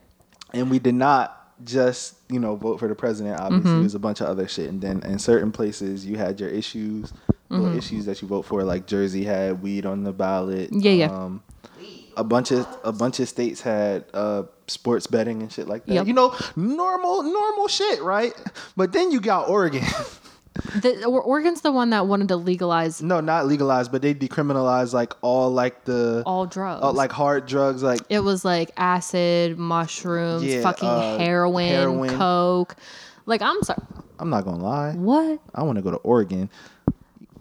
A: And we did not just you know vote for the president. Obviously,
B: Mm-hmm.
A: it was a bunch of other shit. And then in certain places, you had your issues, little
B: Mm-hmm.
A: issues that you vote for, like Jersey had weed on the ballot.
B: Yeah, yeah.
A: Um, a bunch of a bunch of states had uh, sports betting and shit like that.
B: Yep.
A: You know, normal normal shit, right? But then you got Oregon.
B: The, or- Oregon's the one that wanted to legalize
A: no, not legalized, but they decriminalized like all like the
B: all drugs.
A: uh, like hard drugs, like
B: it was like acid, mushrooms,
A: Yeah,
B: fucking
A: uh,
B: heroin,
A: heroin.
B: coke. Like I'm sorry,
A: I'm not gonna lie,
B: what?
A: I want to go to Oregon,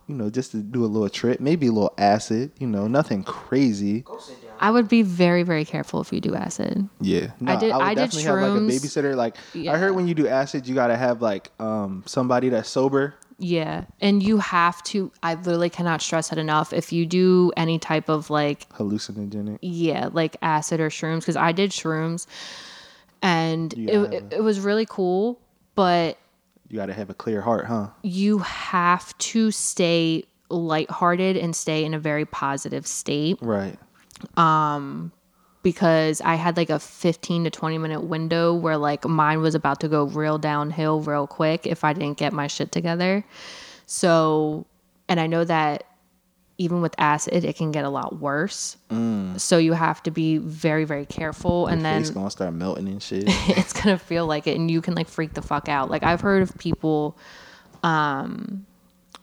A: you know, just to do a little trip, maybe a little acid, you know, nothing crazy.
C: Go sit down.
B: I would be very, very careful if you do acid.
A: Yeah,
B: I did- I did
A: have like a
B: shrooms.
A: babysitter. Like I
B: Yeah.
A: heard when you do acid, you gotta have like um somebody that's sober.
B: Yeah, and you have to. I literally cannot stress it enough. If you do any type of like
A: Hallucinogenic.
B: yeah, like acid or shrooms because I did shrooms, and it,
A: have
B: it it was really cool, but
A: You gotta have a clear heart, huh?
B: you have to stay lighthearted and stay in a very positive state
A: Right.
B: because I had like a 15 to 20 minute window where like mine was about to go real downhill real quick if I didn't get my shit together. So, and I know that even with acid, it can get a lot worse. So you have to be very, very careful. And then
A: Face gonna start melting and shit.
B: it's gonna feel like it and you can like freak the fuck out like i've heard of people um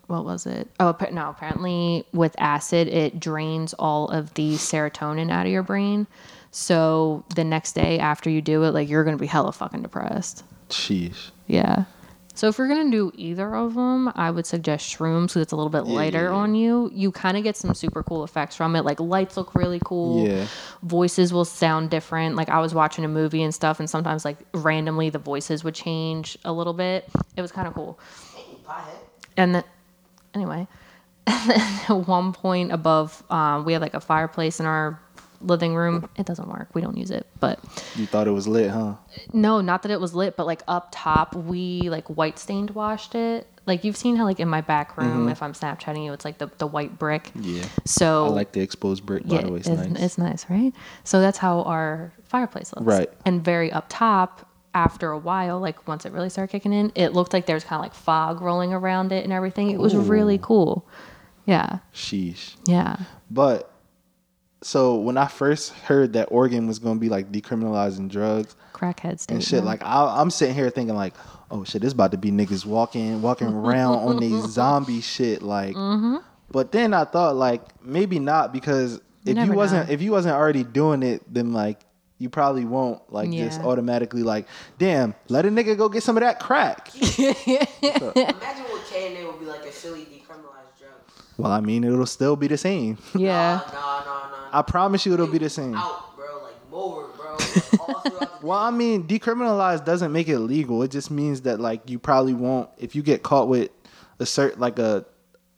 B: what was it oh appa- no apparently with acid it drains all of the serotonin out of your brain so the next day after you do it like you're gonna be hella fucking depressed
A: Sheesh.
B: yeah so if you're gonna do either of them i would suggest shrooms because it's a little bit
A: yeah,
B: lighter
A: yeah.
B: on you you kind of get some super cool effects from it like lights look really cool
A: Yeah.
B: voices will sound different. Like I was watching a movie and stuff, and sometimes like randomly the voices would change a little bit. It was kind of cool.
C: Pothead.
B: And then, anyway, at one point above, um, we have like a fireplace in our living room. It doesn't work. We don't use it, but
A: You thought it was lit, huh?
B: no, not that it was lit, but like up top, we like white stained washed it. Like you've seen how like in my back room, if I'm Snapchatting you, it's like the, the white brick.
A: Mm-hmm. Yeah.
B: So
A: I like the exposed brick, by the way. It's,
B: it's,
A: nice.
B: it's nice, right? So that's how our fireplace looks.
A: Right.
B: And very up top, after a while, like once it really started kicking in, it looked like there was kind of like fog rolling around it and everything. It was really cool. Yeah.
A: Sheesh.
B: Yeah.
A: But so when I first heard that Oregon was gonna be like decriminalizing drugs,
B: Crackhead state.
A: and shit.
B: man.
A: Like I, I'm sitting here thinking like, oh shit, this about to be niggas walking walking around on they zombie shit. Like,
B: Mm-hmm.
A: but then I thought like maybe not because if you,
B: never
A: wasn't
B: know.
A: if you wasn't already doing it, then like you probably won't like just
B: Yeah.
A: automatically like, damn, let a nigga go get some of that crack.
C: Imagine what K and A would be like if Philly decriminalized drugs.
A: well, I mean, it'll still be the same. Uh-huh.
B: yeah.
C: Nah, nah, nah, nah.
A: I promise you, it'll be the same.
C: Out, bro. Like more, bro. Like, all throughout the
A: Well, I mean, decriminalized doesn't make it legal. It just means that like you probably won't if you get caught with a certain like a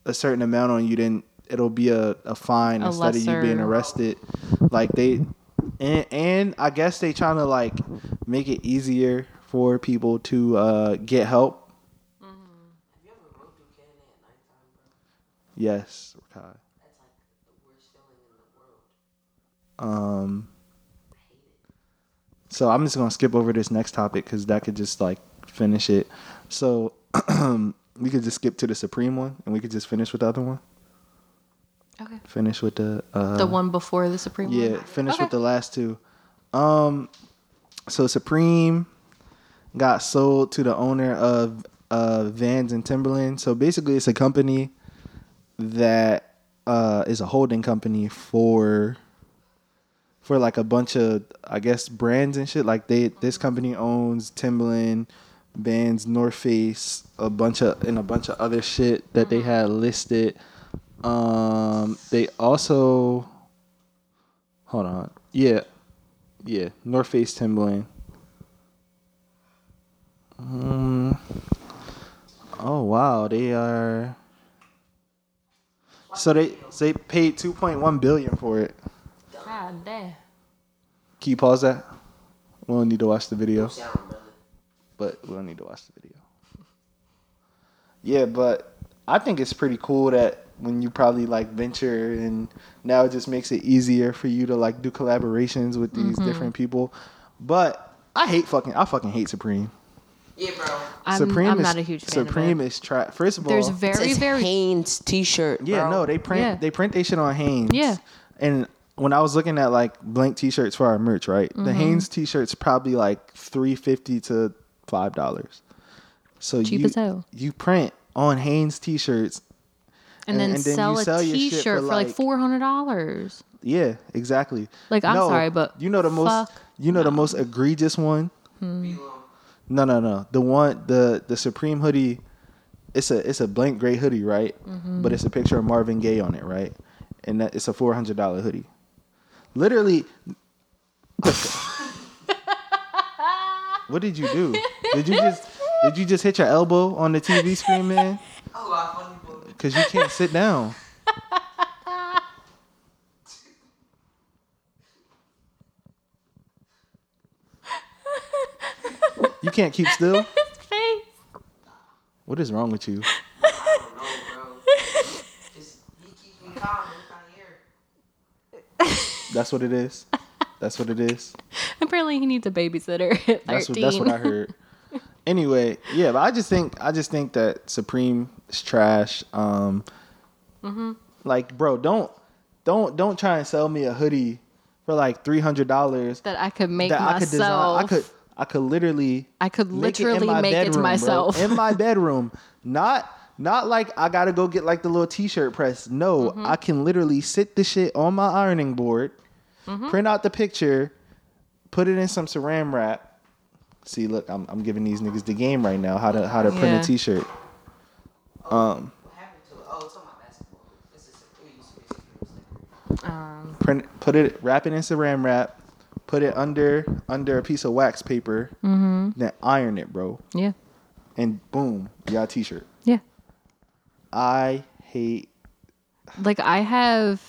A: a certain amount on you, then it'll be a, a fine
B: A
A: instead of you being
B: lesser-
A: arrested. Like they and and I guess they trying to like make it easier for people to uh, get help.
C: You ever rode through K and A at nighttime, bro?
A: Yes, Rakai.
C: That's like the worst feeling in the world.
A: Um, so I'm just gonna skip over this next topic because that could just like finish it. So we could just skip to the Supreme one, and we could just finish with the other one.
B: Okay.
A: Finish with the uh,
B: The one before the Supreme one?
A: yeah. Finish
B: Okay.
A: with the last two. Um, so Supreme got sold to the owner of uh, Vans and Timberland. So basically, it's a company that uh, is a holding company for for like a bunch of I guess brands and shit. Like they this company owns Timberland, Vans, North Face, a bunch of and a bunch of other shit that
B: Mm-hmm.
A: they had listed. Um, they also hold on, yeah, yeah, North Face, Timberland. Um, oh wow, they are. So they so they paid two point one billion for it.
B: God damn.
A: Can you pause that? We don't need to watch the video,
C: Sound, brother.
A: but we don't need to watch the video. Yeah, but I think it's pretty cool that when you probably like venture and now it just makes it easier for you to like do collaborations with these
B: Mm-hmm.
A: different people. But I hate fucking I fucking hate Supreme.
C: Yeah, bro.
B: I'm,
A: Supreme
B: I'm
A: is,
B: not a huge fan
A: Supreme
B: of it.
A: is trash. First of all,
B: There's very,
C: It's
B: very.
C: Hanes t-shirt.
A: Yeah,
C: bro.
A: no, they print
B: Yeah.
A: they print they shit on Hanes.
B: Yeah.
A: And when I was looking at like blank t-shirts for our merch, right?
B: Mm-hmm.
A: The Hanes t-shirts probably like 350 to $5. So
B: Cheap
A: you
B: as hell.
A: you print on Hanes t-shirts.
B: and, then
A: and- and then
B: sell
A: you
B: a
A: sell your shit for,
B: T-shirt for like
A: like-
B: four hundred dollars.
A: Yeah, exactly.
B: Like, I'm sorry, but
A: you know the most
B: fuck
A: you know the most egregious one? No, no, no. The one the the Supreme hoodie it's a it's a blank gray hoodie, right? But it's a picture of Marvin Gaye on it, right? And that it's a four hundred dollar hoodie. Literally. what did you do? Did you just did you just hit your elbow on the TV screen, man? Cause you can't sit down. You can't keep still.
B: His face.
A: What is wrong with you? That's what it is. That's what it is.
B: Apparently, he needs a babysitter. At
A: That's what,
B: 13.
A: that's what I heard. Anyway, yeah, but I just think I just think that Supreme is trash. Um,
B: Mm-hmm.
A: like, bro, don't don't don't try and sell me a hoodie for like three hundred dollars
B: That I could make
A: that I could
B: myself.
A: design. I could I could literally
B: I could
A: make in
B: literally
A: my
B: make it to
A: bedroom, bro.
B: myself.
A: in my bedroom. Not not like I gotta go get like the little T-shirt press. No,
B: Mm-hmm.
A: I can literally sit the shit on my ironing board,
B: Mm-hmm.
A: print out the picture, put it in some Saran wrap. See, look, I'm I'm giving these niggas the game right now. How to how to
B: Yeah.
A: print a T-shirt.
B: Um,
A: Print put it wrap it in Saran wrap. Put it under under a piece of wax paper.
B: Mm-hmm.
A: Then iron it, bro,
B: yeah,
A: and boom, y'all T-shirt.
B: yeah.
A: I hate
B: Like I have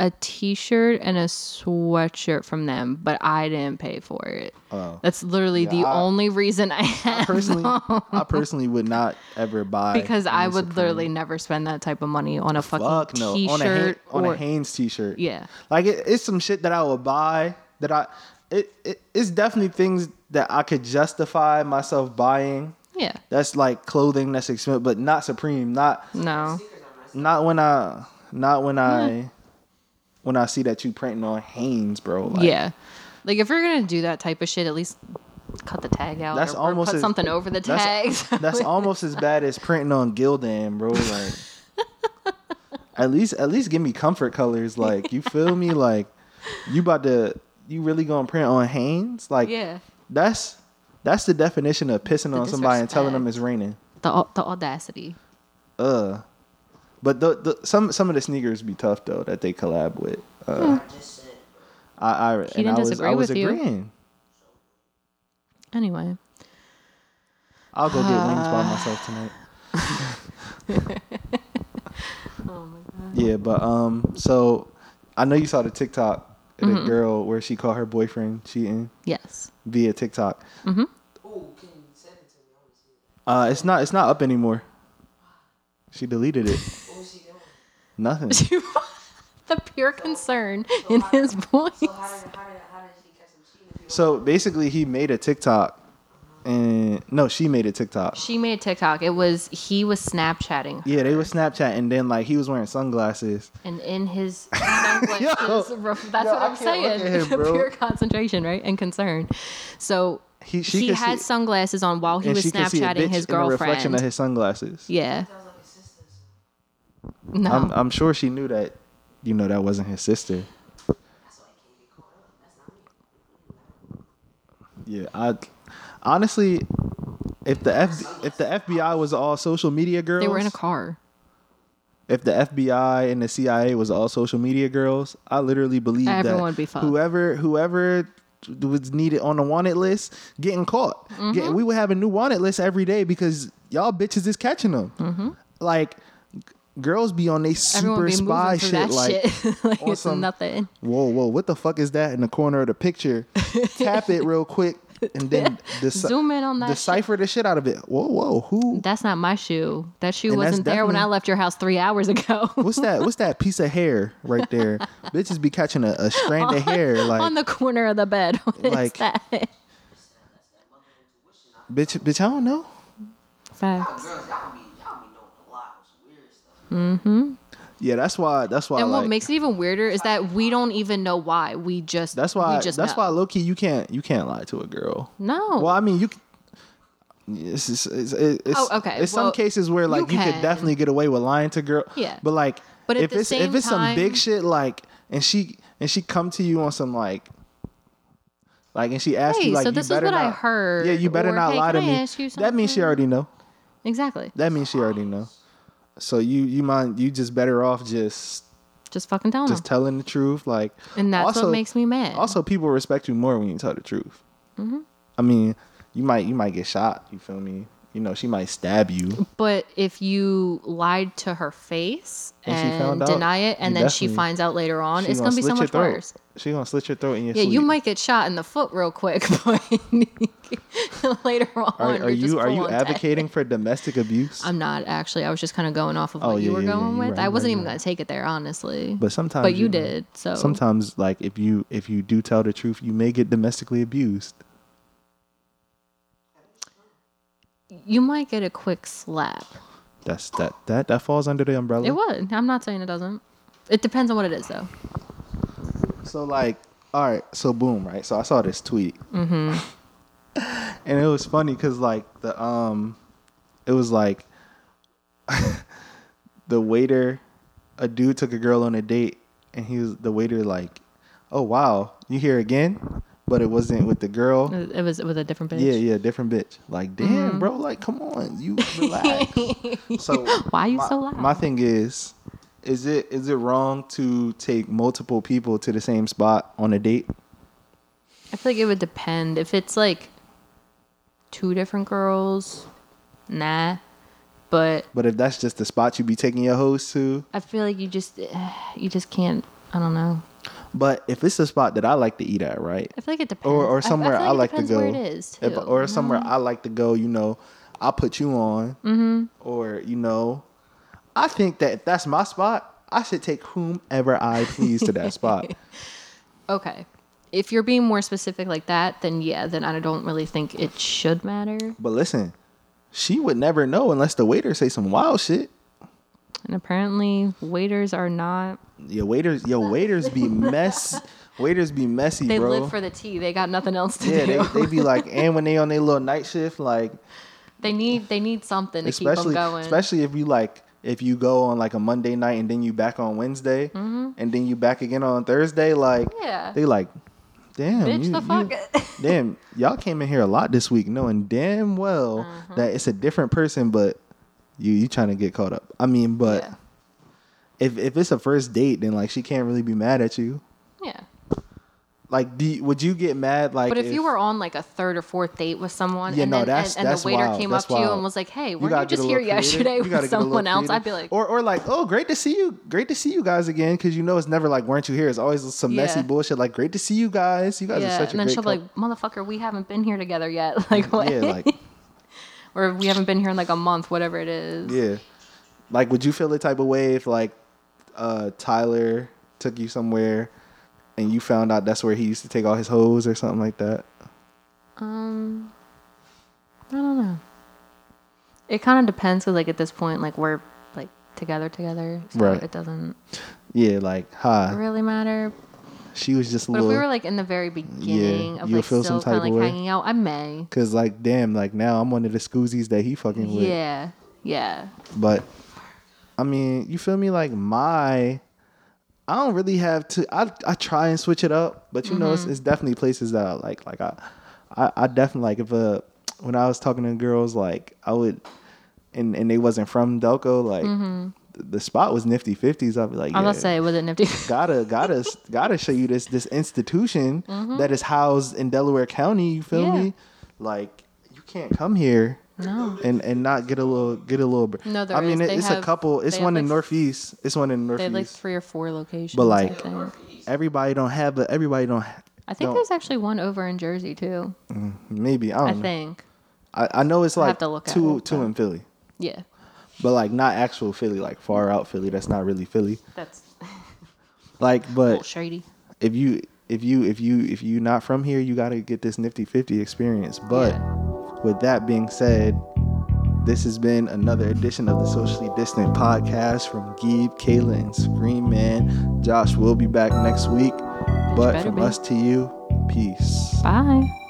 B: a T-shirt and a sweatshirt from them, but I didn't pay for it.
A: Oh.
B: That's literally the
A: Yeah, I-
B: only reason I have
A: personally,
B: them.
A: I personally would not ever buy
B: because I
A: any
B: would
A: Supreme.
B: literally never spend that type of money on a fucking
A: fuck no
B: T-shirt
A: on a Hanes, on
B: or
A: a Hanes T-shirt.
B: yeah.
A: like it, it's some shit that I would buy that I it, it it's definitely things that I could justify myself buying.
B: Yeah.
A: That's like clothing that's expensive, but not Supreme. Not
B: No.
A: not when I not when I when I see that you printing on Hanes, bro. Like,
B: yeah. Like if you're gonna do that type of shit, at least cut the tag out.
A: That's
B: or,
A: almost
B: or put
A: as-
B: something over the tag.
A: That's, that's almost as bad as printing on Gildan, bro. Like, at least at least give me comfort colors. Like, you feel me? Like, you about to you really gonna print on Hanes? Like,
B: yeah.
A: that's that's the definition of pissing on somebody and telling them
B: disrespect.
A: it's raining.
B: The au- the audacity.
A: Uh, but the, the some some of the sneakers be tough though that they collab with. Uh, I, I and I
B: Hmm. didn't
A: was
B: disagree
A: I was
B: with you.
A: agreeing.
B: Anyway.
A: I'll go get wings by myself tonight. Yeah, but um, so I know you saw the TikTok of the girl where she caught her boyfriend cheating
B: Yes.
A: via TikTok. Mm-hmm. Uh, it's not it's not up anymore. She deleted it. Nothing.
B: the pure concern in his voice.
A: So basically, he made a TikTok, and no, she made a TikTok.
B: She made a TikTok. It was he was Snapchatting,
A: Yeah, they were Snapchat, and then like he was wearing sunglasses.
B: and in his sunglasses,
A: Yo.
B: ref- that's
A: Yo,
B: what
A: I
B: I'm
A: can't look at
B: saying.
A: him, bro.
B: pure concentration, right, and concern. So
A: He-
B: he,
A: she could
B: had
A: see-
B: sunglasses on while he
A: and
B: was
A: she could see a
B: Snapchatting
A: bitch
B: his
A: in the reflection
B: girlfriend.
A: of his sunglasses.
B: yeah. No.
A: I'm, I'm sure she knew that, you know, that wasn't his sister. Yeah, I honestly, if the F, if the FBI was all social media girls,
B: they were in a car.
A: if the FBI and the CIA was all social media girls, I literally believe
B: Everyone
A: that
B: would be fucked.
A: whoever whoever was needed on the wanted list getting caught. Get-
B: Mm-hmm.
A: we were having new wanted lists every day because y'all bitches is catching them. Like g- girls be on they
B: Mm-hmm. Everyone
A: super
B: be
A: spy
B: moving through
A: shit.
B: that
A: like
B: shit. like it's
A: awesome.
B: nothing.
A: whoa, whoa, what the fuck is that in the corner of the picture? Tap it real quick and then deci-
B: Zoom in on that shit.
A: decipher the shit out of it. Whoa, whoa, who?
B: That's not my shoe. That shoe
A: And that's
B: wasn't there when I
A: definitely-
B: left your house three hours ago.
A: What's that? What's that piece of hair right there? Bitches be catching a, a strand of hair like
B: on the corner of the bed. What is
A: Like-
B: that?
A: bitch. Bitch, I don't know.
B: Facts.
C: Girls, y'all be, y'all be knowing a lot of weird stuff.
A: Yeah, that's why. That's why.
B: And
A: like,
B: what makes it even weirder is that we don't even know why. We just
A: That's why.
B: We just
A: that's
B: know.
A: why, low key, you can't you can't lie to a girl.
B: No.
A: Well, I mean, you. c- It's, it's, it's, it's,
B: Oh, okay.
A: It's
B: Well,
A: some cases where like
B: you
A: you, could
B: can.
A: definitely get away with lying to girl.
B: Yeah.
A: But like,
B: But at
A: if
B: the
A: it's if
B: same
A: it's some big
B: time-
A: shit like, and she and she come to you on some like. Like and she asked
B: Hey,
A: you like
B: so
A: you
B: this is
A: better
B: what I
A: not,
B: heard,
A: Yeah, you better
B: or,
A: not
B: "Hey,
A: lie
B: can
A: to me.
B: I ask you
A: that means she
B: something?"
A: already know.
B: exactly.
A: That means she already know. So you you mind you just better off just
B: Just fucking tell them.
A: just telling the truth like
B: Hmm. And that's what makes me mad.
A: also people respect you more when you tell the truth
B: Mm-hmm.
A: i mean you might you might get shot you feel me you know she might stab you
B: But if you lied to her face
A: When she
B: and
A: found out,
B: deny it, and
A: you
B: then she
A: definitely-
B: finds out later on,
A: She
B: it's gonna be
A: slit
B: so
A: your
B: much
A: throat.
B: worse.
A: she gonna slit your throat in your
B: Yeah,
A: sleep
B: you might get shot in the foot real quick, but later on,
A: are, are
B: you're just
A: you are you
B: full on dead.
A: advocating for domestic abuse
B: I'm not actually. I was just kind of going off of what
A: Oh,
B: you
A: yeah,
B: were
A: yeah, yeah,
B: going
A: you
B: with.
A: right,
B: I
A: you
B: wasn't
A: right,
B: even
A: you
B: gonna take it there, honestly.
A: but sometimes
B: But you did, so
A: sometimes like if you if you do tell the truth you may get domestically abused
B: you might get a quick slap.
A: that's that that that falls under the umbrella
B: It would. I'm not saying it doesn't. It depends on what it is, though.
A: So like, all right, so boom, right? So I saw this tweet,
B: Mm-hmm.
A: and it was funny because like the um, it was like the waiter, a dude took a girl on a date, and he was the waiter like, oh wow, you here again? But it wasn't with the girl.
B: It it was with a different bitch. Mm-hmm.
A: Yeah, yeah, different bitch. Like, damn, bro, like, come on, you relax. so
B: Why you
A: my,
B: so loud?
A: My thing is, is it is it wrong to take multiple people to the same spot on a date?
B: I feel like it would depend. If it's like two different girls, nah. But
A: But if that's just the spot you be taking your hoes to,
B: I feel like you just you just can't. I don't know.
A: but if it's a spot that I like to eat at, right?
B: I feel like it depends.
A: Or
B: I-
A: or somewhere
B: I,
A: I,
B: feel
A: like,
B: it depends
A: to go.
B: Where it is too. Mm-hmm.
A: If- or somewhere I like to go, you know, I'll put you on. Mm-hmm. Or, you know, I think that if that's my spot, I should take whomever I please to that spot.
B: okay. If you're being more specific like that, then yeah, then I don't really think it should matter.
A: But listen, she would never know unless the waiter say some wild shit.
B: And apparently, waiters are not.
A: Your waiters, your waiters be mess. Waiters be messy,
B: They
A: bro.
B: live for the tea. They got nothing else to
A: yeah,
B: do.
A: they, they be like, and when they on their little night shift, like
B: They need they need something to keep them
A: especially
B: going.
A: especially if you like if you go on like a Monday night and then you back on Wednesday and then you back again on Thursday, like
B: Mm-hmm. Yeah.
A: they like, damn,
B: Bitch,
A: you-
B: the
A: you-
B: fuck.
A: damn, y'all came in here a lot this week, knowing damn well
B: Uh-huh.
A: that it's a different person, but you you trying to get caught up. I mean, but
B: Yeah.
A: if if it's a first date, then like she can't really be mad at you.
B: yeah.
A: Like, do you, would you get mad? Like,
B: But if, you were on like a third or fourth date with someone,
A: Yeah,
B: and
A: no,
B: then
A: that's-
B: and, and
A: that's
B: the waiter
A: wild.
B: came
A: That's
B: up to you
A: wild.
B: and was like, "Hey,
A: You
B: weren't you,
A: gotta get a
B: just
A: little
B: here
A: creative.
B: yesterday
A: You
B: with
A: gotta get a little
B: someone else?" I'd
A: creative.
B: be like,
A: or or like, oh, great to see you, great to see you guys again, because you know it's never like, weren't you here? It's always some messy
B: Yeah.
A: bullshit. Like, great to see you guys. You guys are
B: "Yeah,"
A: such a
B: and then
A: great
B: she'll be
A: couple.
B: like, "Motherfucker, we haven't been here together yet. Like what?
A: yeah, like
B: or we haven't been here in like a month, whatever it is."
A: yeah, like would you feel the type of way if like uh Tyler took you somewhere and you found out that's where he used to take all his hoes or something like that?
B: Um, I don't know. It kind of depends because like at this point, like we're like together together, so
A: Right.
B: it doesn't
A: Yeah, like, ha,
B: really matter.
A: she was just a
B: But if
A: little.
B: we were like in the very beginning of
A: you'll
B: like
A: feel
B: still
A: some
B: kind
A: type
B: of like
A: of way.
B: hanging out, I may.
A: Cause like damn, like now I'm one of the scoozies that he fucking with.
B: Yeah, yeah.
A: But I mean, you feel me? Like my, I don't really have to. I I try and switch it up, but you know, it's, it's definitely places that I like. Like I, I, I definitely like if uh when I was talking to girls, like I would, and and they wasn't from Delco, like the spot was nifty fifties, I'd be like, yeah,
B: I'm not saying it wasn't nifty.
A: gotta gotta gotta show you this this institution that is housed in Delaware County. You feel
B: Mm-hmm. Yeah.
A: me? Like you can't come here
B: No.
A: and and not get a little get a little. Br-
B: No, there
A: I mean
B: is.
A: it-
B: They
A: it's a
B: have-
A: couple. It's
B: they have,
A: one in
B: like,
A: Northeast. It's one in
B: They had like
A: Northeast.
B: three or four locations.
A: But,
B: I
A: like-
B: think,
A: everybody don't have. A, everybody don't.
B: I think
A: don't-
B: there's actually one over in Jersey too.
A: Maybe I don't.
B: I
A: know.
B: think.
A: I, I know it's
B: I'll
A: like
B: have to look at
A: two
B: it,
A: two
B: but-
A: in Philly,
B: Yeah.
A: but like not actual Philly, like far out Philly. That's not really Philly.
B: That's a
A: Like, but
B: little shady.
A: if you if you if you if you not from here, you gotta get this nifty fifty experience. But with that being said, this has been another edition of the Socially Distant Podcast from Geeb, Kayla, and Scream Man. Josh will be back next week. But
B: better
A: from
B: be.
A: us to you, peace.
B: Bye.